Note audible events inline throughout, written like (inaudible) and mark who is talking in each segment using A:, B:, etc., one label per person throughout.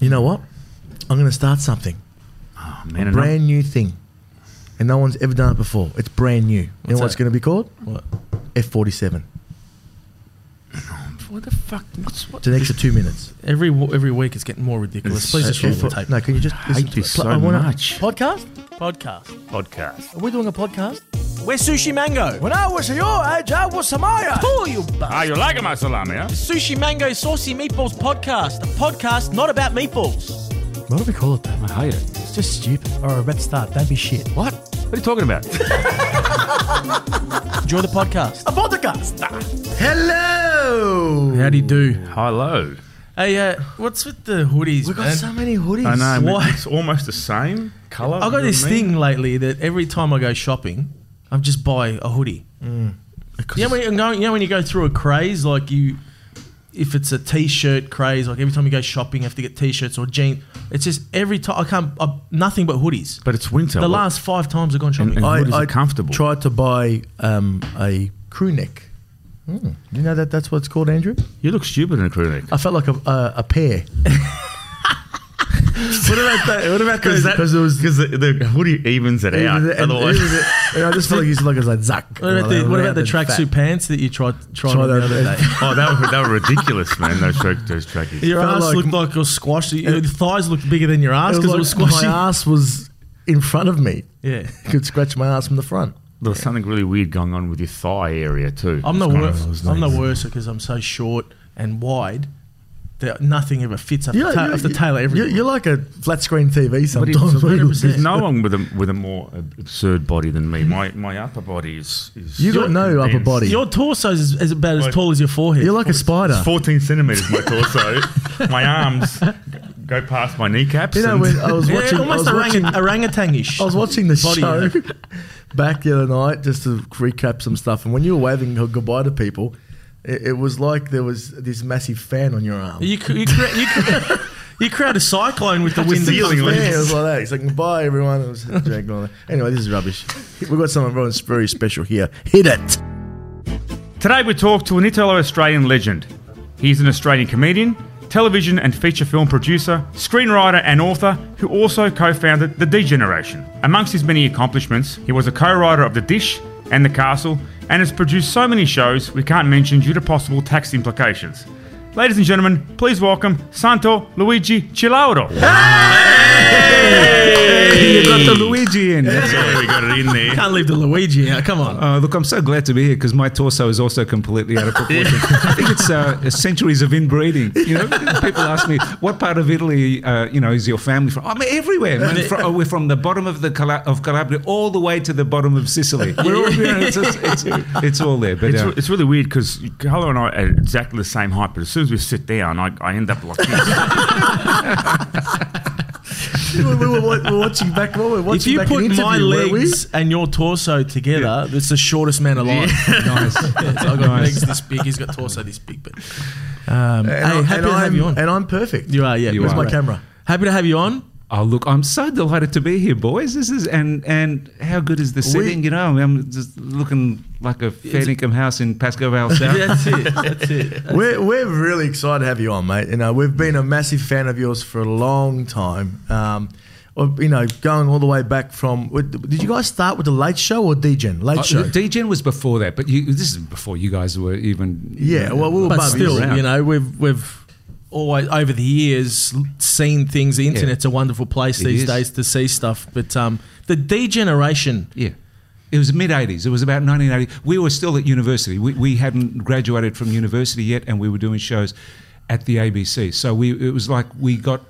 A: you know what? I'm going to start something,
B: Oh, man,
A: a
B: and
A: brand new thing, and no one's ever done it before. It's brand new. You know
C: What's
A: what it's
C: that?
A: going to be called?
C: What?
A: F47.
C: What, the fuck? What's what?
A: It's an extra two minutes.
C: Every w- every week it's getting more ridiculous.
B: It's
C: Please
B: so
C: just roll the
A: F-
C: tape.
A: no, can you just
B: I hate this
A: pl-
B: so
A: wanna-
B: much.
A: podcast?
C: Podcast.
B: podcast.
A: Are we doing a podcast?
C: We're Sushi Mango.
A: When I was your age, I was Samaya.
C: Oh, you
B: Ah, you like my salami, huh?
C: Sushi Mango Saucy Meatballs Podcast. A podcast not about meatballs.
A: Why do we call it that?
B: I hate it.
A: It's just stupid. All right, let's start. Don't be shit.
B: What? What are you talking (laughs) about?
C: Enjoy the podcast.
A: A podcast. Hello.
C: How do you do?
B: Hello.
C: Hey, uh, what's with the hoodies,
A: We've got
C: man?
A: so many hoodies.
B: I know. but
C: Why?
B: It's almost the same color.
C: I've got this thing lately that every time I go shopping, I just buy a hoodie. You know, when you're going, you know when you go through a craze, like you, if it's a t-shirt craze, like every time you go shopping, you have to get t-shirts or jeans. It's just every time I can't, I, nothing but hoodies.
B: But it's winter.
C: the
B: What-
C: last five times I've gone shopping,
B: and- hoodies are comfortable.
A: Tried to buy um, a crew neck. Mm. You know that that's what it's called, Andrew.
B: You look stupid in a crew neck. (laughs)
A: I felt like a a, a pear.
B: What about that? What about
A: that-
B: Because it was because the, the hoodie evens it out.
A: And- and-
B: Otherwise,
A: and- and I just felt like he's like it's like Zuck.
C: (laughs) what about the, what about the tracksuit pants that you tried tried
A: Try
C: on the
A: that-
C: other day?
B: (laughs) oh, that were, they were ridiculous, man. Those track, those trackies.
C: Your
A: Felt
C: ass
A: like-
C: looked like it was squashy. Your thighs looked bigger than your ass because it was squashy.
A: My ass was in front of me.
C: Yeah.
A: I (laughs) could scratch my ass from the front.
B: There was something really weird going on with your thigh area too.
C: I'm the
B: It's kind of-
C: worst.
B: it was
C: I'm the
B: like-
C: worst because I'm so short and wide that nothing ever fits. I have,
A: You're-
C: to, ta- I
A: you're-
C: have to tailor
A: you're,
C: everything.
A: you're like a flat screen TV
B: But it's-
A: sometimes.
B: (laughs) there's no one with a with a more ab- absurd body than me. My my upper body is. is
A: You got no upper
B: dense.
A: body.
C: Your torso is, is about as
B: Like-
C: tall as your forehead.
A: You're like a spider.
B: It's 14 centimeters my
A: (laughs)
B: torso. my arms go past my kneecaps.
A: You know,
B: and-
A: when uh, I was
C: (laughs) Yeah,
A: watching, I was
C: almost
A: watching,
C: orang- orangutangish.
A: I was watching the
C: Body
A: show
C: image.
A: (laughs) back the other night just to recap some stuff. And when you were waving goodbye to people, it, it was like there was this massive fan on your arm.
C: You cr- (laughs) you cre- you, cre- you create a cyclone with the wind. that
B: ceiling
C: comes
B: like
C: down.
A: yeah, it was like that. He's like, goodbye, everyone. It was dragged on. Anyway, this is rubbish. We've got something very- very special here. Hit it.
B: (laughs) Today we talk to an Italo-Australian legend. He's an Australian comedian, television and feature film producer, screenwriter and author who also co-founded The D Generation. Amongst his many accomplishments, he was a co-writer of The Dish and The Castle and has produced so many shows we can't mention due to possible tax implications. Ladies and gentlemen, please welcome Santo Luigi Cilaudo.
D: You got the Luigi in.
B: Yeah, we got it in there.
C: (laughs) Can't leave the Luigi out.
A: (laughs)
C: Come on.
D: Uh, look, I'm so glad to be here because my torso is also completely out of proportion. I think it's uh, centuries of inbreeding. You know, people ask me what part of Italy, uh, you know, is your family from? I'm everywhere. Man. Fro- oh, we're from the bottom of the Cala- of Calabria all the way to the bottom of Sicily. We're all, you know, it's, it's, it's, it's all there. But
B: It's, (laughs)
D: uh,
B: it's really weird because Carlo and I are exactly the same height, but as soon as we sit down, I, I end up like this.
A: we, were, we were wa- we were watching back. What we were
C: If
A: watching
C: you
A: back
C: put
A: an interview,
C: my
A: weren't we?
C: legs and your torso together, it's the shortest man alive.
D: nice.
C: So I've got
D: Nice.
C: legs this big. He's got torso this big. But um, hey,
A: and, I-
C: happy
A: and
C: to
A: I'm,
C: have you on.
A: and I'm perfect.
C: You are, yeah.
D: You
C: Where's
D: are.
C: my camera? Happy to have you on.
D: Oh look, I'm so delighted to be here, boys. This is and and how good is the setting? You know, I'm just looking like a fair income house in Pasco Vale South.
A: (laughs)
C: That's it. That's it.
A: We're, we're really excited to have you on, mate. You know, we've been a massive fan of yours for a long time. Um, or, you know, going all the way back from. Did you guys start with the Late Show or DGen? Late
D: Uh,
A: Show.
D: DGen was before that, but you, this is before you guys were even.
A: yeah, well, we were
C: But
A: above you.
C: still,
D: around.
C: you know, we've we've always over the years seen things. The internet's a wonderful place
D: It
C: these
D: is.
C: days to see stuff. But um, the degeneration.
D: Yeah. It was mid 80s. It was about 1980. We were still at university. We, we hadn't graduated from university yet, and we were doing shows at the ABC. So we it was like we got,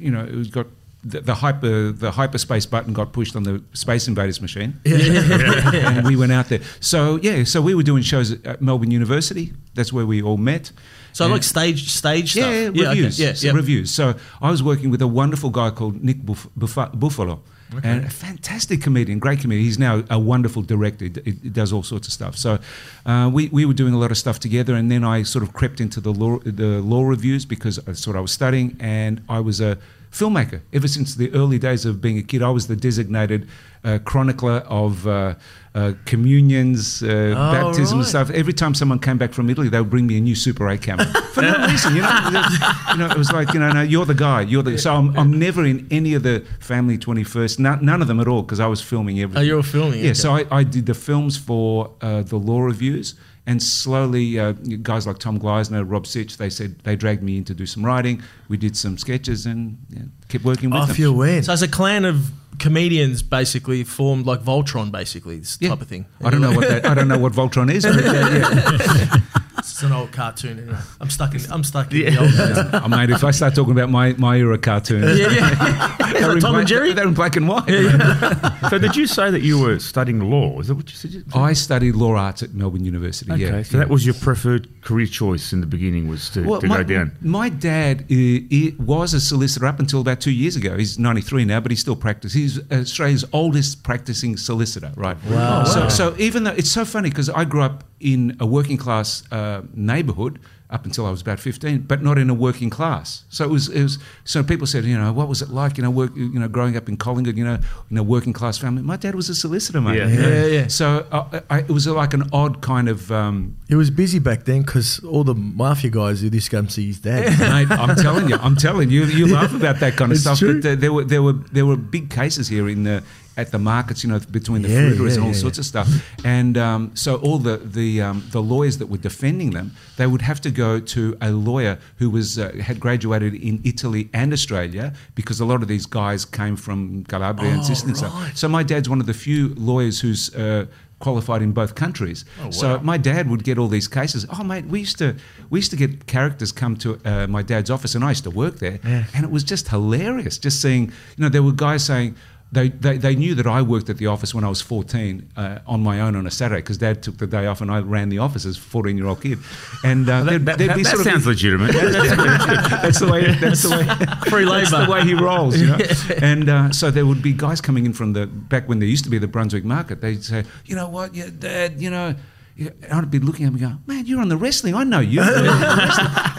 D: you know, it was got the, the hyper the hyperspace button got pushed on the Space
A: (laughs)
D: Invaders machine, (laughs) and we went out there. So yeah, so we were doing shows at, at Melbourne University. That's where we all met.
C: So
D: And-
C: like stage stage
D: yeah,
C: stuff.
D: yeah,
C: okay,
D: reviews.
C: Yeah,
D: s-
C: yeah.
D: reviews. So I was working with a wonderful guy called Nick Buff- Buffa- Buffalo, and a fantastic comedian, great comedian. He's now a wonderful director. He, d- he does all sorts of stuff. So uh, we we were doing a lot of stuff together, and then I sort of crept into the law the law reviews because I sort of I was studying, and I was a filmmaker. Ever since the early days of being a kid, I was the designated uh, chronicler of uh, uh, communions, uh, baptisms,
A: right.
D: stuff. Every time someone came back from Italy, they would bring me a new Super 8 camera for no reason. You
C: (laughs)
D: know, Just- you know, it was like you know, no, you're the guy. You're the so I'm, I'm never in any of the family 21st. No, none of them at all because I was filming everything.
C: Oh, you were filming,
D: Yeah,
C: okay.
D: so so I, I did the films for uh, the law reviews, and slowly uh, guys like Tom Gleisner, Rob Sitch, they said they dragged me in to do some writing. We did some sketches and yeah, kept working with
A: Off
D: them.
A: you went.
C: So it's Oh, a clan of comedians basically formed like Voltron, basically this
D: Yeah.
C: type of thing.
D: I don't know what that, I don't know what Voltron is.
C: (laughs)
D: But yeah, yeah.
C: It's an old cartoon. Anyway. I'm stuck in. I'm stuck in the
D: (laughs)
C: old days.
D: I mean, if I start talking about my, my era cartoons,
C: Yeah, yeah.
D: they're in
C: Tom
D: black-
C: and Jerry.
D: they're in black and white.
B: (laughs) So did you say that you were studying law? Is that what you said? you-
D: I studied law arts at Melbourne University.
B: Okay,
D: yeah,
B: so that was your preferred career choice in the beginning was to, to
D: my,
B: go down.
D: My dad uh, he was a solicitor up until about two years ago. He's 93 now, but he still practices. He's Australia's oldest practicing solicitor, right?
B: Oh,
D: Wow. So, so even though it's so funny because I grew up in a working class uh, neighborhood up until I was about 15, but not in a working class. So it was, it was, so people said, you know, what was it like, you know, work, you know, growing up in Collingwood, you know, in a working class family. My dad was a solicitor, mate.
B: Yeah. Yeah,
A: yeah.
D: So uh, I, it was like an odd kind of, um,
A: He was busy back then because all the mafia guys who this come see his
D: (laughs)
A: dad.
D: Mate, I'm telling you, I'm telling you, you laugh about that kind of
A: It's
D: stuff.
A: true.
D: But there, there were there were there were big cases here in the at the markets, you know, between the
A: Yeah,
D: fruiterers
A: yeah,
D: and all
A: yeah,
D: sorts of stuff. And um, so all the the um, the lawyers that were defending them, they would have to go to a lawyer who was uh, had graduated in Italy and Australia because a lot of these guys came from Calabria
A: Oh,
D: and Sicily and stuff. So my dad's one of the few lawyers who's. Uh, Qualified in both countries,
B: Oh,
D: so my dad would get all these cases. Oh, mate, we used to we used to get characters come to uh, my dad's office, and I used to work there, and it was just hilarious. Just seeing, you know, there were guys saying they, they they knew that I worked at the office when I was 14 uh, on my own on a Saturday because Dad took the day off and I ran the office as a 14 year old kid, and uh, there'd,
B: That,
D: there'd
B: that-
D: be
B: that
D: sort
B: sounds
D: of (laughs)
B: legitimate.
D: that's the way that's the way
C: Free
D: that's the
C: labour.
D: way he rolls, you know. and uh, so there would be guys coming in from the back when there used to be the Brunswick market. They'd say, you know what, yeah, Dad, you know. yeah," and I'd be looking at him and going, man, you're on the wrestling. I know (laughs) you. and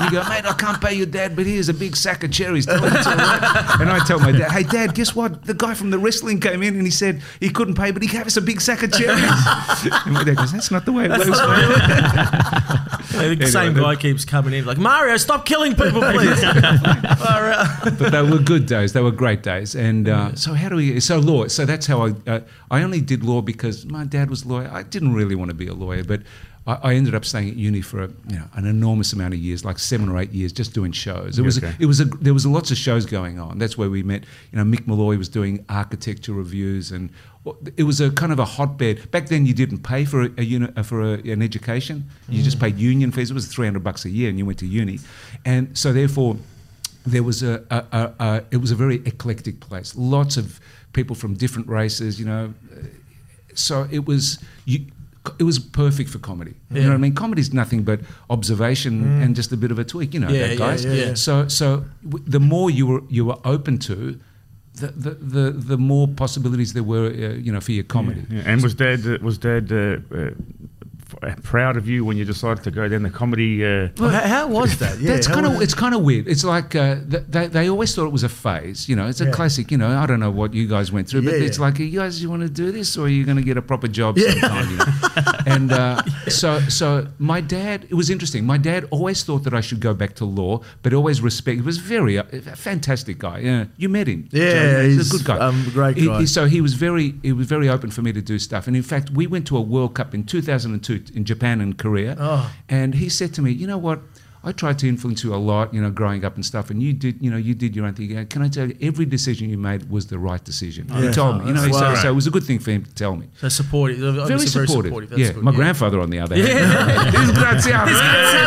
D: he'd go, mate, I can't pay you, Dad, but here's a big sack of cherries. Tell him it's all right." And I tell my dad, hey, Dad, guess what? The guy from the wrestling came in and he said he couldn't pay, but he gave us a big sack of cherries. (laughs) and my dad goes, that's not the way it works. mate."
C: The same guy keeps coming in like Mario, stop killing
D: (laughs)
C: people, please. Mario.
D: but they were good days. They were great days. And uh, so how do we? So law. So that's how I. Uh, I only did law because my dad was a lawyer. I didn't really want to be a lawyer, but I, I ended up staying at uni for a, you know an enormous amount of years, like seven or eight years, just doing shows. It was
B: Okay.
D: it was a, there was lots of shows going on. That's where we met. You know, Mick Malloy was doing architecture reviews and. well, It was a kind of a hotbed. Back then, you didn't pay for a, a uni, uh, for a, an education. You just paid union fees. It was three hundred bucks a year, and you went to uni. And so, therefore, there was a, a, a, a it was a very eclectic place lots of people from different races you know so it was you it was perfect for comedy. You know what I mean? Comedy is nothing but observation and just a bit of a tweak. You know
C: Mm. Yeah,
D: that,
C: yeah,
D: guys.
C: yeah, yeah.
D: So, so w- the more you were you were open to, the the, the, the more possibilities there were. Uh, you know, for your comedy.
B: Yeah, And was Dad uh, was Dad uh, uh, f- proud of you when you decided to go down the comedy? Uh,
A: how, how was that? Yeah,
D: That's
A: how
D: kind
A: was
D: of
A: it?
D: it's kind of weird. It's like uh, th- they they always thought it was a phase. You know, it's a
A: Yeah.
D: classic. You know, I don't know what you guys went through, but
A: Yeah,
D: it's
A: yeah.
D: like, you guys, you want to do this, or are you going to get a proper job sometime?
A: (laughs)
D: You know? and uh, so so my dad, it was interesting. My dad always thought that I should go back to law, but always respect. He was very uh, a fantastic guy. Yeah, you met him.
A: Yeah,
D: Joe. he's,
A: he's,
D: a good guy.
A: um, great
D: He-
A: guy.
D: he- so he was very he was very open for me to do stuff. And in fact, we went to a World Cup in 2002 in Japan and Korea.
A: Oh.
D: And he said to me, "You know what? I tried to influence you a lot, you know, growing up and stuff. And you did, you know, you did your own thing. He goes, Can I tell you, every decision you made was the right decision. He
A: Yeah.
D: told me, you know,
A: Wow.
D: so, so it was a good thing for him to tell me.
C: So supportive.
D: Very
C: Obviously
D: supportive.
C: That's
D: yeah,
C: good,
D: my grandfather on the other hand. (laughs)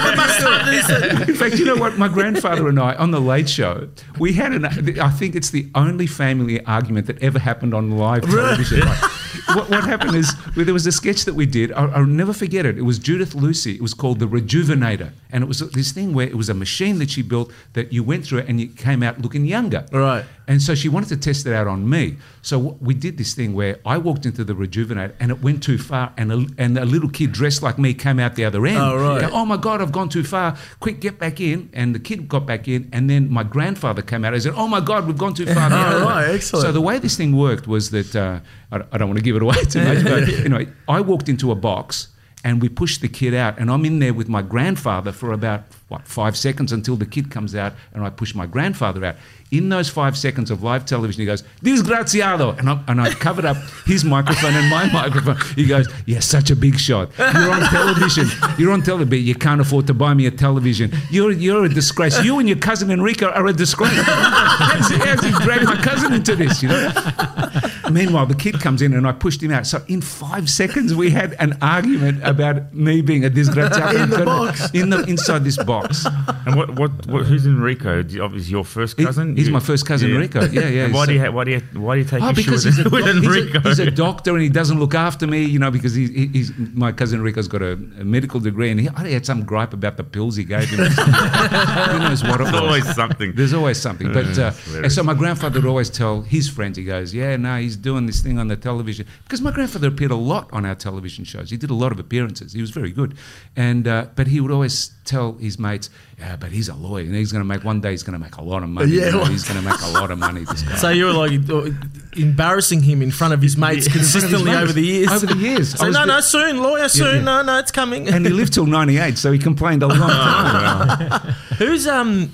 D: In fact, you know what? My grandfather and I on the Late Show, we (laughs) had an. I think it's the only family argument that ever happened on live television. Like, what, what happened is well, there was a sketch that we did. I'll, I'll never forget it. It was Judith Lucy. It was called the Rejuvenator, and it was this thing where it was a machine that she built that you went through it and you came out looking younger.
A: Right.
D: And so she wanted to test it out on me. So w- we did this thing where I walked into the Rejuvenator and it went too far, and a, and a little kid dressed like me came out the other end.
A: Oh, right.
D: Go, oh my God, I've gone too far. Quick, get back in. And the kid got back in, and then my grandfather came out. I said, Oh my God, we've gone too far. the
A: Oh,
D: (laughs) other way."
A: right, excellent.
D: So the way this thing worked was that uh, I, I don't want to give it away too
A: (laughs)
D: much, but you know, I walked into a box and we pushed the kid out, and I'm in there with my grandfather for about what five seconds until the kid comes out, and I push my grandfather out. In those five seconds of live television, he goes, "Disgraziado," and I and I covered up his microphone and my (laughs) microphone. He goes, "You're such a big shot. You're on television. You're on television. but You can't afford to buy me a television. You're you're a disgrace. You and your cousin Enrico are a disgrace. how's, how's he dragged my cousin into this? You know." Meanwhile, the kid comes in and I pushed him out. So in five seconds, we had an argument about me being a disgraziato
A: In the box.
D: in the inside this box.
B: And what, what, what who's Enrico? Do you- Is your first
D: He-
B: cousin?
D: he's
B: You-
D: my first cousin, Enrico. Yeah,
B: (laughs)
D: yeah,
B: And Why
D: so-
B: do you ha- why do you why do you take
D: Oh,
B: issue
D: because
B: with,
D: he's a,
B: (laughs) with
D: doc- he's,
B: Enrico?
D: a, he's a doctor and he doesn't look after me, you know, because he, he, he's my cousin Enrico's got a, a medical degree and he, I had some gripe about the pills he gave him. (laughs) Who knows what it
B: There's
D: was.
B: always something.
D: There's always something. But uh, and
B: hilarious.
D: so my grandfather would always tell his friends, he goes, "Yeah, no, he's doing this thing on the television." Because my grandfather appeared a lot on our television shows. He did a lot of appearances. He was very good, and uh, but he would always tell his mates, "Yeah, but he's a lawyer, and he's going to make one day. He's going to make a lot of money.
A: Yeah,
D: You know,
A: well-
D: he's going to make a lot of money. This guy."
C: So you were like uh, embarrassing him in front of his mates consistently
D: mates.
C: over the years.
D: Over the years. I
C: (laughs) So
D: was
C: no,
D: the-
C: no, soon, lawyer, soon.
D: yeah.
C: No, no, it's coming.
D: and he lived till 98, so he complained a long time.
C: (laughs) Who's um,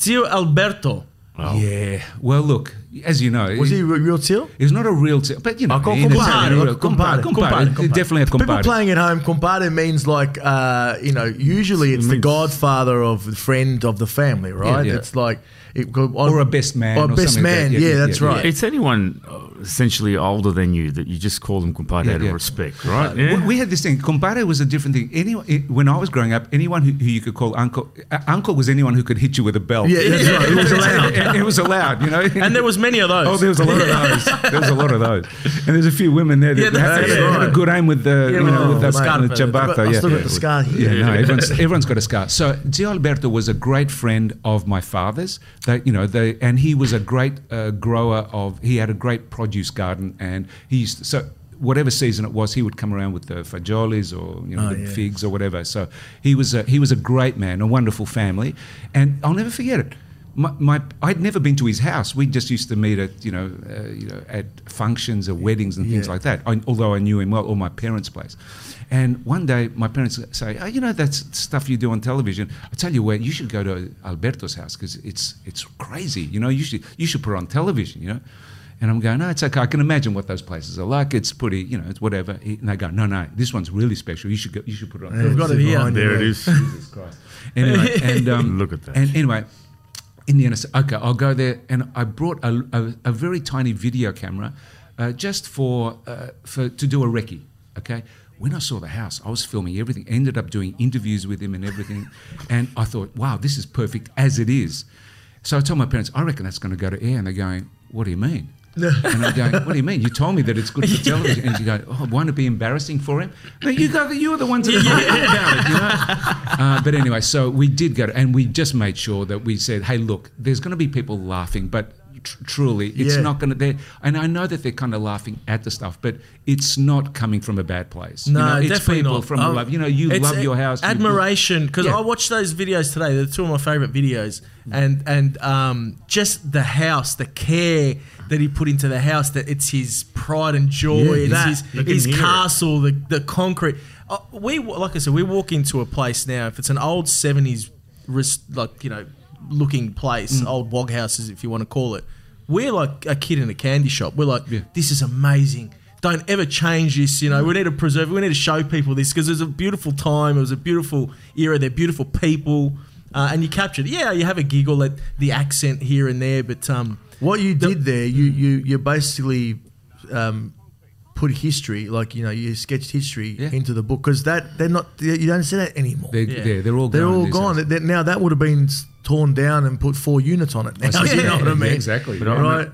C: Zio Alberto?
D: Yeah. Well, look, as you know,
A: Was he a real teal?
D: He's not a real. T- but you know,
A: Ah, co-
D: in
A: compare,
D: Italian,
A: look, compare,
D: compare, compare,
A: compare.
D: definitely a
A: People
D: compare.
A: playing at home, compadre means like, uh, you know, usually it's the
D: means-
A: godfather of the friend of the family, right?
D: yeah.
A: It's like, it, go-
D: Or a best man
A: Or
D: or
A: best
D: something like
A: man, yeah,
D: that. Yeah, yeah,
A: that's
D: yeah,
A: right.
B: It's anyone uh, essentially older than you that you just call them compadre
D: Yeah,
B: out
D: yeah. Uh,
B: of respect, right? Yeah.
D: We- We had this thing. Compare was a different thing. Any, it- when I was growing up, anyone who, who you could call uncle, uh, uncle was anyone who could hit you with a belt.
A: Yeah, that's right. It was allowed.
D: It, it was allowed. You know,
C: And there was many of those.
D: Oh, there was a lot
A: (laughs)
D: of those. There was a lot of those, and there's a few women there that
C: Yeah,
D: had,
C: that's
D: had
A: right.
D: a good aim with the, you know,
A: well,
D: with the,
A: mate.
D: with the
A: I've got-
D: ciabatta.
A: I've
D: yeah.
A: still got the scar here.
D: Yeah, no, everyone's, everyone's got a scar. So Zio Alberto was a great friend of my father's. That you know, they, and he was a great uh, grower of. He had a great produce garden, and he used to, so. Whatever season it was, he would come around with the fajolis or you know
A: Oh,
D: the
A: yeah.
D: figs or whatever. So he was a, he was a great man, a wonderful family, and I'll never forget it. My, my I'd never been to his house. We just used to meet at you know uh, you know at functions or weddings and things
A: Yeah.
D: like that. I, although I knew him well, or my parents' place. And one day, my parents say, "Oh, you know that s- stuff you do on television. I tell you what, you should go to Alberto's house because it's it's crazy. You know, you should you should put it on television. You know." And I'm going, no, it's okay. I can imagine what those places are like. It's pretty, you know, it's whatever. And they go, no, no, this one's really special. You should go, you should put it on.
A: We've
D: television."
A: got it here.
C: Behind
B: there it is.
D: Jesus Christ.
B: (laughs)
D: Anyway, and um,
B: Look at that.
D: And anyway, in the end, I said, okay, I'll go there. And I brought a, a, a very tiny video camera, uh, just for uh, for to do a recce. Okay. When I saw the house, I was filming everything. Ended up doing interviews with him and everything. (laughs) and I thought, wow, this is perfect as it is. So I told my parents, I reckon that's going to go to air. And they're going, what do you mean? and I'm going, what do you mean? You told me that it's good for television. And you go, oh, won't it be embarrassing for him? No, you go, you were the ones that about it, you know? Uh, but anyway, so we did go, to, and we just made sure that we said, hey, look, there's going to be people laughing, but tr- truly, it's
A: Yeah.
D: not going to, and I know that they're kind of laughing at the stuff, but it's not coming from a bad place. you
C: No,
D: know? it's
C: definitely
D: people
C: not.
D: from
C: Um,
D: love. You know, you
C: it's
D: love your house. you-
C: Admiration, because
D: Yeah.
C: I watched those videos today. They're two of my favorite videos, and and um, just the house, the care that he put into the house. That it's his pride and joy.
A: Yeah,
C: it's
A: that. You can
C: his, his
A: hear it.
C: castle, the the concrete. Uh, we wa- like I said, we walk into a place now. If it's an old seventies, like you know, looking place,
A: Mm.
C: old wog houses, if you want to call it. We're like a kid in a candy shop. We're like,
D: Yeah.
C: this is amazing. Don't ever change this. You know, we need to preserve. it. We need to show people this because it was a beautiful time. It was a beautiful era. They're beautiful people, uh, and you captured. it. Yeah, you have a giggle at the accent here and there, but um,
A: What you did there, you you you basically um, put history, like you know, you sketched history
D: Yeah.
A: into the book because that they're not you don't see that anymore.
D: They're,
C: Yeah.
D: they're, they're all
A: They're
D: gone.
A: all
D: these
A: gone.
D: days.
A: That- Now that would have been s- torn down and put four units on it. Now, (laughs)
D: see.
A: you know
D: Yeah,
A: what I
D: yeah,
A: mean?
D: exactly.
A: Right.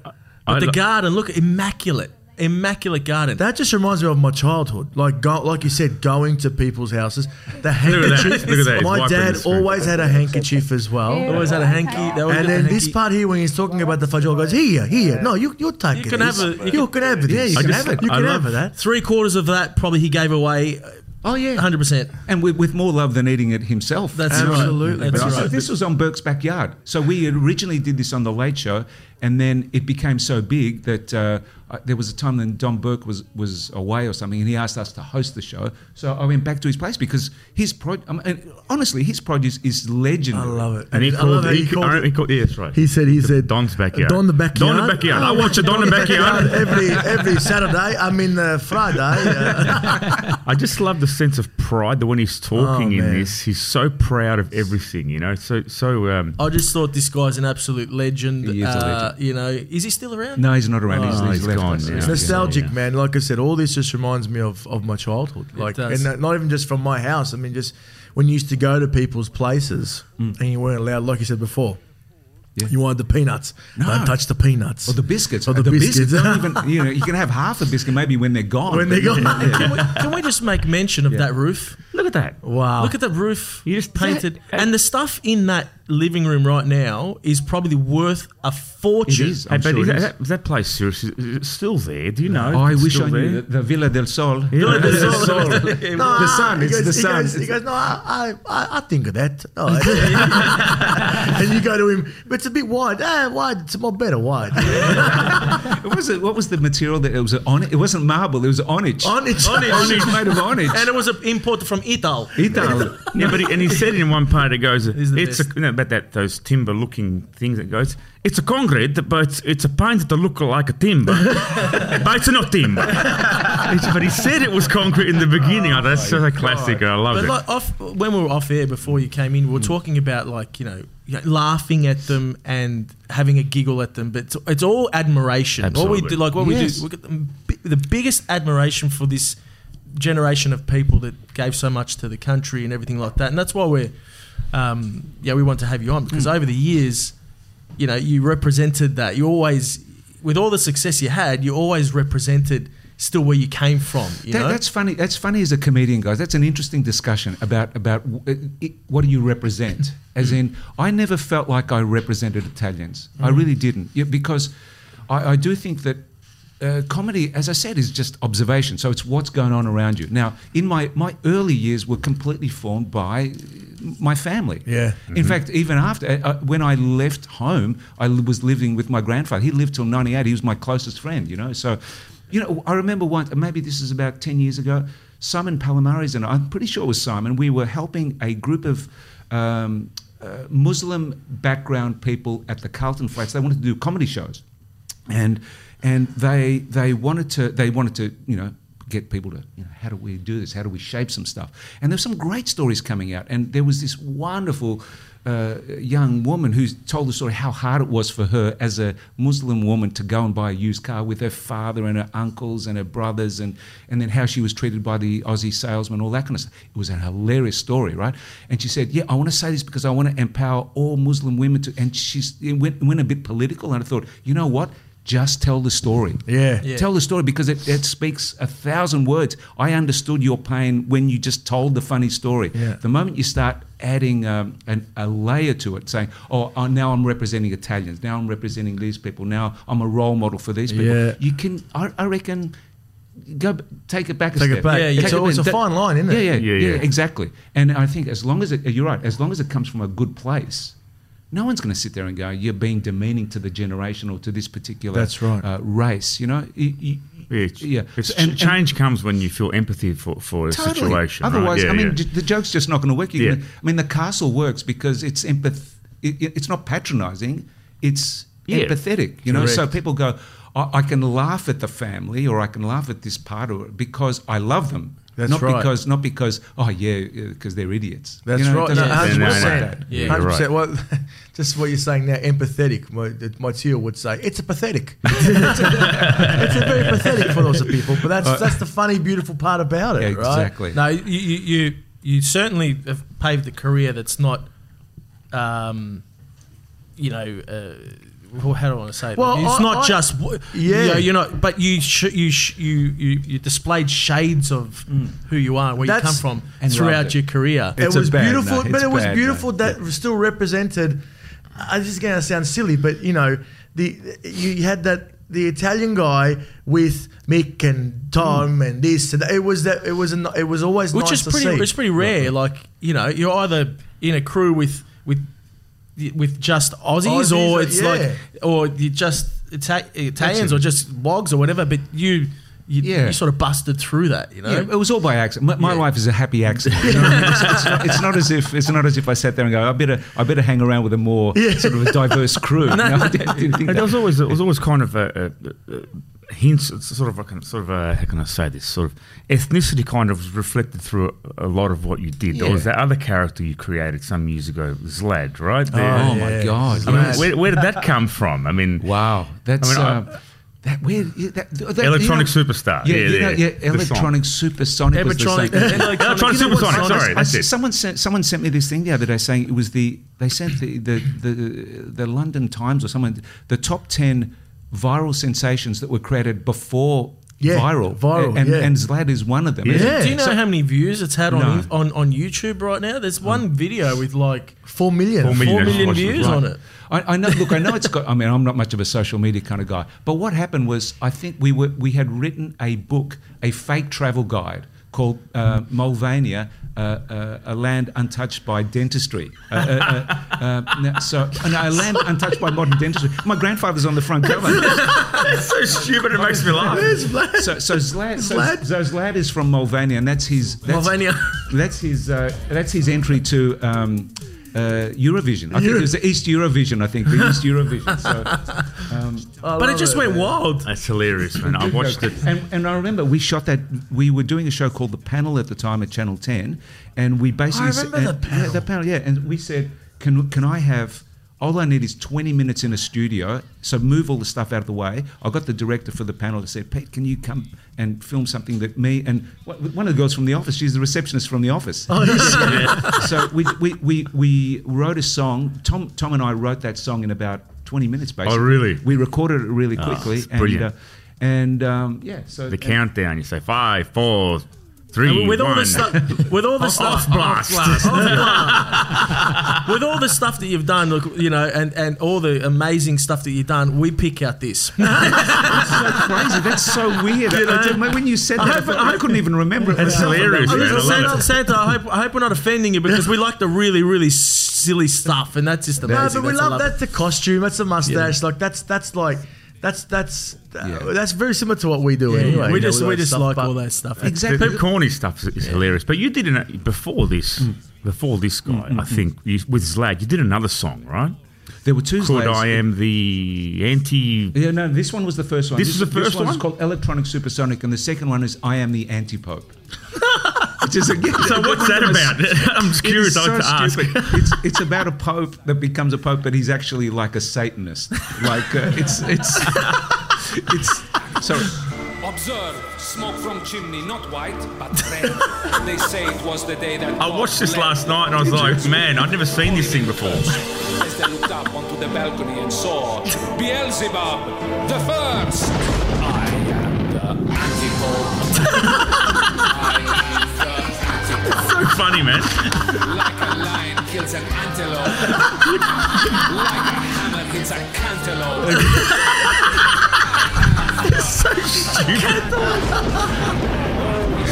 B: I
C: the
B: lo-
C: garden, look, immaculate. immaculate garden.
A: That just reminds me of my childhood. Like go, like you said, going to people's houses. The handkerchief.
B: Look at that, he's
A: My
B: wiping
A: dad
B: his face.
A: always had a handkerchief as
C: They
A: well.
C: always had a hanky. They always
A: And
C: had
A: then
C: a
A: this
C: hanky.
A: part here, when he's talking about the fajol, goes here, here. No, you you take
C: You
A: it.
C: can have a-
A: You, can have it. Yeah, you
B: I
A: can
B: just-
A: have it. You
B: I
A: can
B: love-
A: have that.
C: Three quarters of that probably he gave away. uh,
D: Oh yeah,
C: Hundred percent.
D: and with, with more love than eating it himself.
C: That's
D: You know,
A: Absolutely.
C: Right. That's
D: This,
C: right.
D: is, this was on Burke's backyard. So we originally did this on the Late Show, and then it became so big that uh, I- there was a time when Don Burke was was away or something, and he asked us to host the show. So I went back to his place because his pro. I mean, and honestly, his produce is
A: I
D: legendary.
A: love it.
B: And he
A: I love
B: called,
A: how
B: he,
A: you
B: called,
A: called it-
B: he called. Yeah, that's right.
A: He said, he said,
B: Don's backyard.
A: Don the backyard.
B: Don the backyard. I
A: Oh,
B: watch a Don the backyard.
A: every every Saturday. I mean uh, Friday. Uh,
B: I just love the sense of pride that when he's talking
A: Oh,
B: in
A: man.
B: this, he's so proud of everything. You know, so so. Um,
C: I just thought this guy's an absolute legend.
D: He is a
C: Uh,
D: legend.
C: You know, is he still around?
D: No, he's not around. he's,
B: Oh,
D: he's,
B: he's
D: left
B: gone
D: us.
B: now.
D: Yeah.
A: it's nostalgic,
B: Yeah.
A: man. Like I said, all this just reminds me of, of my childhood. Like,
C: does.
A: and not even just from my house. I mean, just when you used to go to people's places and you weren't allowed, like you said before.
D: Hmm. Yeah.
A: You wanted the peanuts. Don't touch the peanuts.
D: Or the biscuits.
A: Or the, biscuits.
D: Don't even, you know, you can have half a biscuit maybe when they're gone.
A: when they go,
D: but-
B: (laughs)
C: Can, we, can we just make mention of that roof?
B: look at that.
A: wow.
C: Look at the roof.
B: You just-
C: painted,
B: Yeah.
C: (laughs) and the stuff in that living room right now is probably worth a
D: It
C: fortune.
D: is.
B: Hey,
D: I'm
B: but
D: sure
B: is
D: it
B: that,
D: is.
B: that, is that place seriously is it still there? Do you know?
D: Oh, I
B: it's
D: wish
B: still
D: I knew
B: there?
D: the, the Villa del Sol.
B: Villa
D: (laughs)
B: del
A: (laughs)
B: Sol.
A: No,
D: The
A: I-
D: sun,
A: he
D: it's
A: goes-
D: the
A: he
D: sun.
A: Goes, he goes, no, I, I, I, I think of that. No,
D: (laughs)
A: I- and you go to him, but it's a bit wide. Ah, wide. It's more better wide. (laughs)
D: What was it? What was the material that it was on? It wasn't marble. It was onich.
A: On it.
D: Onich was made of onich.
C: (laughs) And it was a- imported from Italy.
D: Italy.
B: Yeah, but he, and he said in one part, it goes,
C: He's the
B: it's a,
C: best.
B: you know, about that those timber-looking things. It goes, it's a concrete, but it's, it's a pine that look like a timber, but it's not timber. It's- but he said it was concrete in the beginning. Oh, that's such a classic. I love
C: But
B: it. Mm.
C: like off when we were off air before you came in, we were talking about like you know you know, laughing at them and having a giggle at them, but it's, it's all admiration. What we
B: Absolutely.
C: do, like what
D: Yes.
C: we do, we get the, bi- the biggest admiration for this generation of people that gave so much to the country and everything like that, and that's why we're um, yeah we want to have you on
B: Mm.
C: because over the years, you know, you represented that. You always, with all the success you had, you always represented still where you came from. You
D: That-
C: know,
D: that's funny. That's funny as a comedian, guys. That's an interesting discussion about about uh, it, what do you
C: Mm.
D: represent. As in, I never felt like I represented Italians. I
C: Mm.
D: really didn't, yeah, because I, I do think that uh, comedy, as I said, is just observation. So it's what's going on around you. Now, in my my early years, were completely formed by uh, my family.
A: Yeah.
D: In
C: Mm-hmm.
D: fact, even after uh, uh, when I left home, I l- was living with my grandfather. He lived till '98. He was my closest friend, you know. So, you know, I remember once, and maybe this is about ten years ago. Simon Palomares and I, I'm pretty sure it was Simon. We were helping a group of um, uh, Muslim background people at the Carlton Flats. They wanted to do comedy shows, and and they they wanted to they wanted to you know get people to you know how do we do this how do we shape some stuff and there's some great stories coming out and there was this wonderful uh, young woman who's told the story how hard it was for her as a Muslim woman to go and buy a used car with her father and her uncles and her brothers and and then how she was treated by the Aussie salesman all that kind of stuff it was a hilarious story right and she said yeah I want to say this because I want to empower all Muslim women to and she's it went, it went a bit political and I thought you know what just tell the story.
A: Yeah. Yeah.
D: Tell the story because it, it speaks a thousand words. I understood your pain when you just told the funny story.
A: Yeah.
D: The moment you start adding um, an, a layer to it, saying, oh, oh, now I'm representing Italians, now I'm representing these people, now I'm a role model for these people,
A: Yeah.
D: you can, I, I reckon, go b- take it back a
A: Take it
D: step.
A: back.
C: Yeah, yeah.
D: Take
A: It's a-
D: back.
A: it's a
D: That-
A: fine line, isn't it?
D: Yeah,
B: Yeah,
D: yeah, yeah,
B: yeah.
D: exactly. And I think as long as it, you're right, as long as it comes from a good place, no one's going to sit there and go, "You're being demeaning to the generation or to this particular
A: That's right.
D: uh, race." You know, You- you-
B: Yeah, it's,
D: yeah.
B: it's-
D: So- and- and-
B: change comes when you feel empathy for, for a situation. right?
D: Otherwise,
B: Yeah,
D: I mean,
B: yeah.
D: j- the joke's just not going to work. You're
B: Yeah.
D: gonna- I mean, the castle works because it's empath. It, it- it's not patronising. It's
B: Yeah.
D: empathetic. You know, so
A: Correct.
D: people go, I, "I can laugh at the family, or I can laugh at this part, or because I love them."
A: That's
D: not
A: right.
D: because not because oh yeah because they're idiots.
A: That's
D: You know, it
A: right.
D: doesn't-
A: no,
D: it doesn't work like
A: 100%.
D: that.
C: Yeah,
B: you're
A: 100%.
B: right.
A: Well, (laughs) just what you're saying now, empathetic. My, my tio would say, it's a pathetic. it's a very pathetic for lots of people, but that's that's the funny, beautiful part about it,
D: Yeah,
A: right?
D: exactly.
C: No, you you you, you certainly have paved a career that's not, um, you know, uh, well, how do I want to say it?
A: Well,
C: Like, it's
A: I-
C: not
A: I-
C: just
A: Yeah.
C: yeah, you know, you're not, but you sh- you sh- you you you displayed shades of who you are, and where
A: Mm. That's-
C: you come from
D: And
C: throughout
D: loved it.
C: your career.
D: It's
A: it
D: a
A: was
D: bad
A: beautiful,
D: night.
A: but
D: It's
A: it was
D: bad
A: beautiful
D: night.
A: that still represented. I this is gonna sound silly, but you know, the you you had that the Italian guy with Mick and Tom and this and that. It was that it was a, it was always
C: Hmm. which
A: nice
C: is pretty
A: To see.
C: it's pretty rare like you know you're either in a crew with with with just Aussies,
A: Aussies, uh,
C: or it's
A: yeah.
C: like or you just Ita- Italians or just blogs or whatever but you you,
D: Yeah.
C: you sort of busted through that you know
D: Yeah, it was all by accident. My, my life is a happy accident. you know what I mean? it's, it's not, it's not as if it's not as if I sat there and go, I better I better hang around with a more sort of a diverse
A: (laughs)
D: crew. no, I didn't, didn't think
B: Hey, there was
D: that.
B: always there was always kind of a, a, a- a hints, it's sort of like a, sort of a, how can I say this sort of ethnicity kind of was reflected through a, a lot of what you did. There was that other character you created some years ago, Zlad, right?
D: Oh
B: There.
D: my god!
B: I mean,
D: yes.
B: where, where did
C: (laughs)
B: that come from? I mean,
D: Wow, that's
B: I mean, I-
D: uh, that weird. yeah, That, that, you know-
B: electronic superstar.
D: Yeah, you know, yeah,
B: The song.
D: electronic supersonic. was the
C: Electronic-
D: second.
B: (laughs)
C: electronic- you know
B: Supersonic,
C: what's
B: sorry.
C: honest?
B: Right, that's
D: I-
B: it.
D: Someone sent someone sent me this thing the other day saying it was the they sent the the the, the London Times or someone the top ten viral sensations that were created before
A: Yeah,
D: viral.
A: viral,
D: and,
A: yeah.
D: and Zlad is one of them.
A: Yeah.
C: do you know how many views it's had
D: No.
C: on on on YouTube right now there's one video with like
A: four million.
B: Four million.
C: 4
B: that's
C: million
B: watched it,
C: views
B: right.
C: on it
D: I, I know. Look, I know it's got. I mean, I'm not much of a social media kind of guy. But what happened was, I think we were we had written a book, a fake travel guide called uh, Mulvania, uh, uh, a land untouched by dentistry. Uh, uh, uh, uh, no, so, no, a land untouched by modern dentistry. My grandfather's on the front cover.
B: That's so stupid. It makes me laugh.
D: So, so Zlad, so,
A: Zlad?
D: so Zlad is from Mulvania, and that's his that's,
A: (laughs)
C: Mulvania.
D: That's his uh, that's his entry to um, uh, Eurovision. I think it was the East Eurovision. I think the East Eurovision. So.
C: but it just went wild
B: That's hilarious, man.
C: (laughs)
B: I watched it.
D: And, and I remember we shot that. We were doing a show called The Panel at the time at Channel Ten, and we basically
A: I
D: s-
A: remember
D: and-
A: The Panel.
D: Yeah, the panel, yeah. And we said, "Can can I have?" All I need is 20 minutes in a studio, so move all the stuff out of the way. I got the director for the panel and said, Pete, can you come and film something that me and wh- one of the girls from the office, she's the receptionist from the office.
A: Oh,
D: so we, we, we, we wrote a song. Tom, Tom and I wrote that song in about 20 minutes, basically.
B: Oh, really?
D: We recorded it really
B: Ah,
D: quickly.
B: it's brilliant.
D: And, uh, and um, yeah, so
B: The countdown. You say five, four, three,
C: with all
B: one.
C: the stuff, with all the
B: Off
C: stuff,
B: blast.
C: off blast. with all the stuff that you've done, look, you know, and and all the amazing stuff that you've done, we pick out this.
D: so crazy. That's
B: (laughs)
D: so weird. I- I
C: know?
D: didn't- when you said that, I, thought- I couldn't even remember it.
B: That's
D: myself.
B: hilarious, man. I
C: Santa,
B: love it.
C: Santa, I hope, I hope we're not offending you because we like the really, really silly stuff, and that's just amazing.
A: No, but we
C: That's- I
A: love, that's the costume. That's the mustache. Like that's that's like that's that's
D: Yeah.
A: that's very similar to what we do
C: it.
A: anyway.
C: we
A: you know,
C: just,
A: with
C: we
A: that
C: just
A: stuff,
C: like
A: but-
C: all that stuff.
D: Exactly.
B: The corny stuff is, is hilarious. But you did an, before this, before this guy, I think you, with Zlad, you did another song, right?
D: There were two
B: Called
D: Zlads.
B: "I Am the Anti."
D: Yeah, no, this one was the first one.
B: This is the first
D: This
B: one?
D: one's called Electronic Supersonic, and the second one is I Am the
B: (laughs)
D: Antipope. Which is again,
B: So what's that about? (laughs) I'm just
D: It
B: curious.
D: is
B: I like
D: so
B: to ask.
D: stupid. It's, it's about a pope that becomes a pope, but he's actually like a Satanist. Like uh, it's it's (laughs) it's so
E: Observe, smoke from chimney, not white, but
B: (laughs)
E: red. they say it was the day that.
B: I watched this last night and I was like, man, I've never seen this thing before. (laughs)
E: As they looked up onto the balcony and saw Beelzebub, the first. I am the antipope. I am the antipope.
B: So funny, man.
E: Like a lion kills an antelope. like a hammer hits a cantaloupe.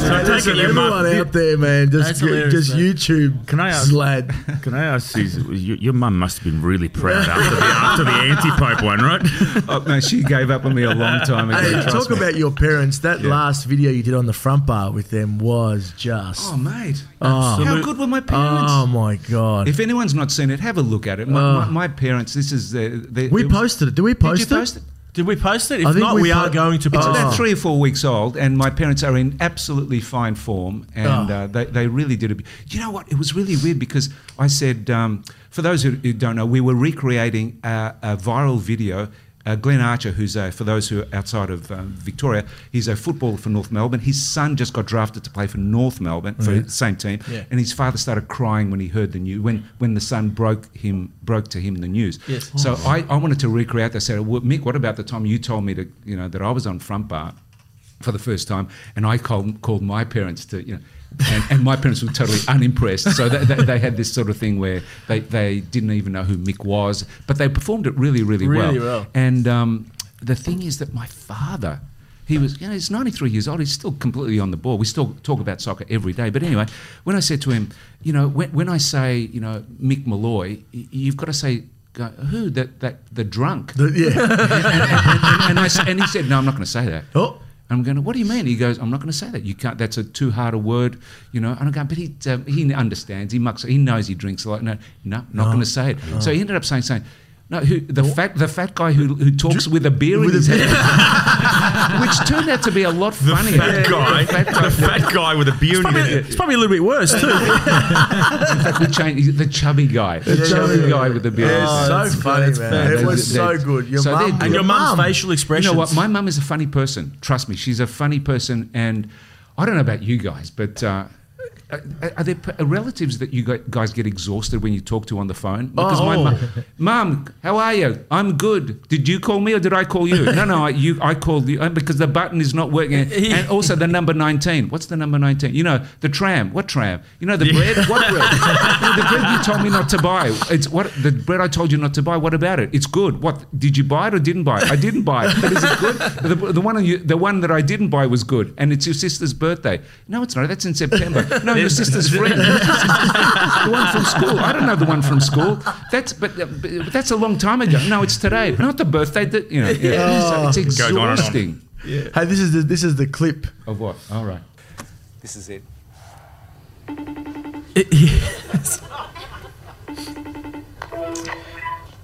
B: So
A: Listen,
B: taking your
A: everyone
B: mum.
A: out there, man, just
C: That's hilarious,
A: just
C: man.
A: YouTube.
B: Can I ask-
A: Slad.
B: Can I ask these? Your, your mum must have been really proud after the, after the anti-pope one, right?
D: oh, no, she gave up on me a long time ago.
A: Hey,
D: trust
A: talk
D: me.
A: about your parents. That last video you did on the front bar with them was just.
D: Oh, mate. How
A: Absolute-
D: good were my parents?
A: Oh, my god!
D: If anyone's not seen it, have a look at it. My, my, my parents, this is the. the
A: Ah. we
D: it was-
A: posted it. Did we post
D: Did you
A: it?
D: post it?
C: Did we post it?
A: I
C: If
A: think
C: not,
A: we
C: we are
A: put-
C: going to
A: It's
D: It's
C: post
D: about
A: Oh.
D: three or four weeks old, and my parents are in absolutely fine form, and
C: Ah.
A: Oh.
D: uh, they, they really did. A, you know what? It was really weird because I said, um, for those who, who don't know, we were recreating a, a viral video Uh, Glenn Archer, who's a, for those who are outside of um, Victoria, he's a footballer for North Melbourne. His son just got drafted to play for North Melbourne for the same team,
C: Yeah.
D: and his father started crying when he heard the news when when the son broke him broke to him the news.
C: Yes.
D: So I, I wanted to recreate that. I said, "Well, Mick, what about the time you told me to you know that I was on front bar for the first time, and I called called my parents to you know." and, and my parents were totally unimpressed. So they, they, they had this sort of thing where they, they didn't even know who Mick was, but they performed it really, really,
C: Really
D: well.
C: well.
D: And um, the thing is that my father, he was, you know, he's 93 years old. He's still completely on the ball. We still talk about soccer every day. But anyway, when I said to him, you know, when, when I say, you know, Mick Malloy, y- you've got to say, go, who? That, that, the drunk.
A: The- yeah.
D: and, and, I s and he said, no, I'm not going to say that.
A: Oh.
D: I'm going. What do you mean? He goes. I'm not going to say that. You can't. That's a too hard a word. You know. And I go. But he um, he understands. He mucks. He knows he drinks a lot. No, no, not
A: Oh.
D: going to say it. So he ended up saying saying. No, who, the fat the fat guy who, who talks with a beer in
A: with a
D: his hand, (laughs) which turned out to be a lot funnier.
B: Fat guy, the (laughs) fat guy with a beard.
C: Probably, it's probably a little bit worse too.
D: In fact, we changed the chubby guy, the chubby
A: chubby
D: guy with the beard. in his hand.
A: It's so
C: that's-
A: funny,
C: that's
A: Oh, man.
C: fair.
A: It was so
D: That's-
A: good. Your
D: so they're
A: mum,
D: good.
C: and your mum's facial
D: You
C: expression.
D: know what? My mum is a funny person. Trust me, she's a funny person, and I don't know about you guys, but. Uh, are are there p- relatives that you gu- guys get exhausted when you talk to on the phone? Because my mum, mum, how are you? I'm good. Did you call me or did I call you? no, no, I, you, I called you uh, because the button is not working. And also the number 19. What's the number 19? You know, the tram. What tram? You know, the bread? What bread? the bread you told me not to buy. It's what the bread I told you not to buy. What about it? It's good. What did you buy it or didn't buy it? I didn't buy it. But is it good? The, the one you, the one that I didn't buy was good, and it's your sister's birthday. No, it's not. That's in September. No, your sister's friend. Your sister's friend. the one from school. I don't know the one from school. That's but, uh, but that's a long time ago. No, it's today. Not the birthday. That you know. Yeah. So it's
B: Goes on and on.
D: exhausting.
A: hey, this is the, this is the clip.
D: Of what? All right.
E: This is it.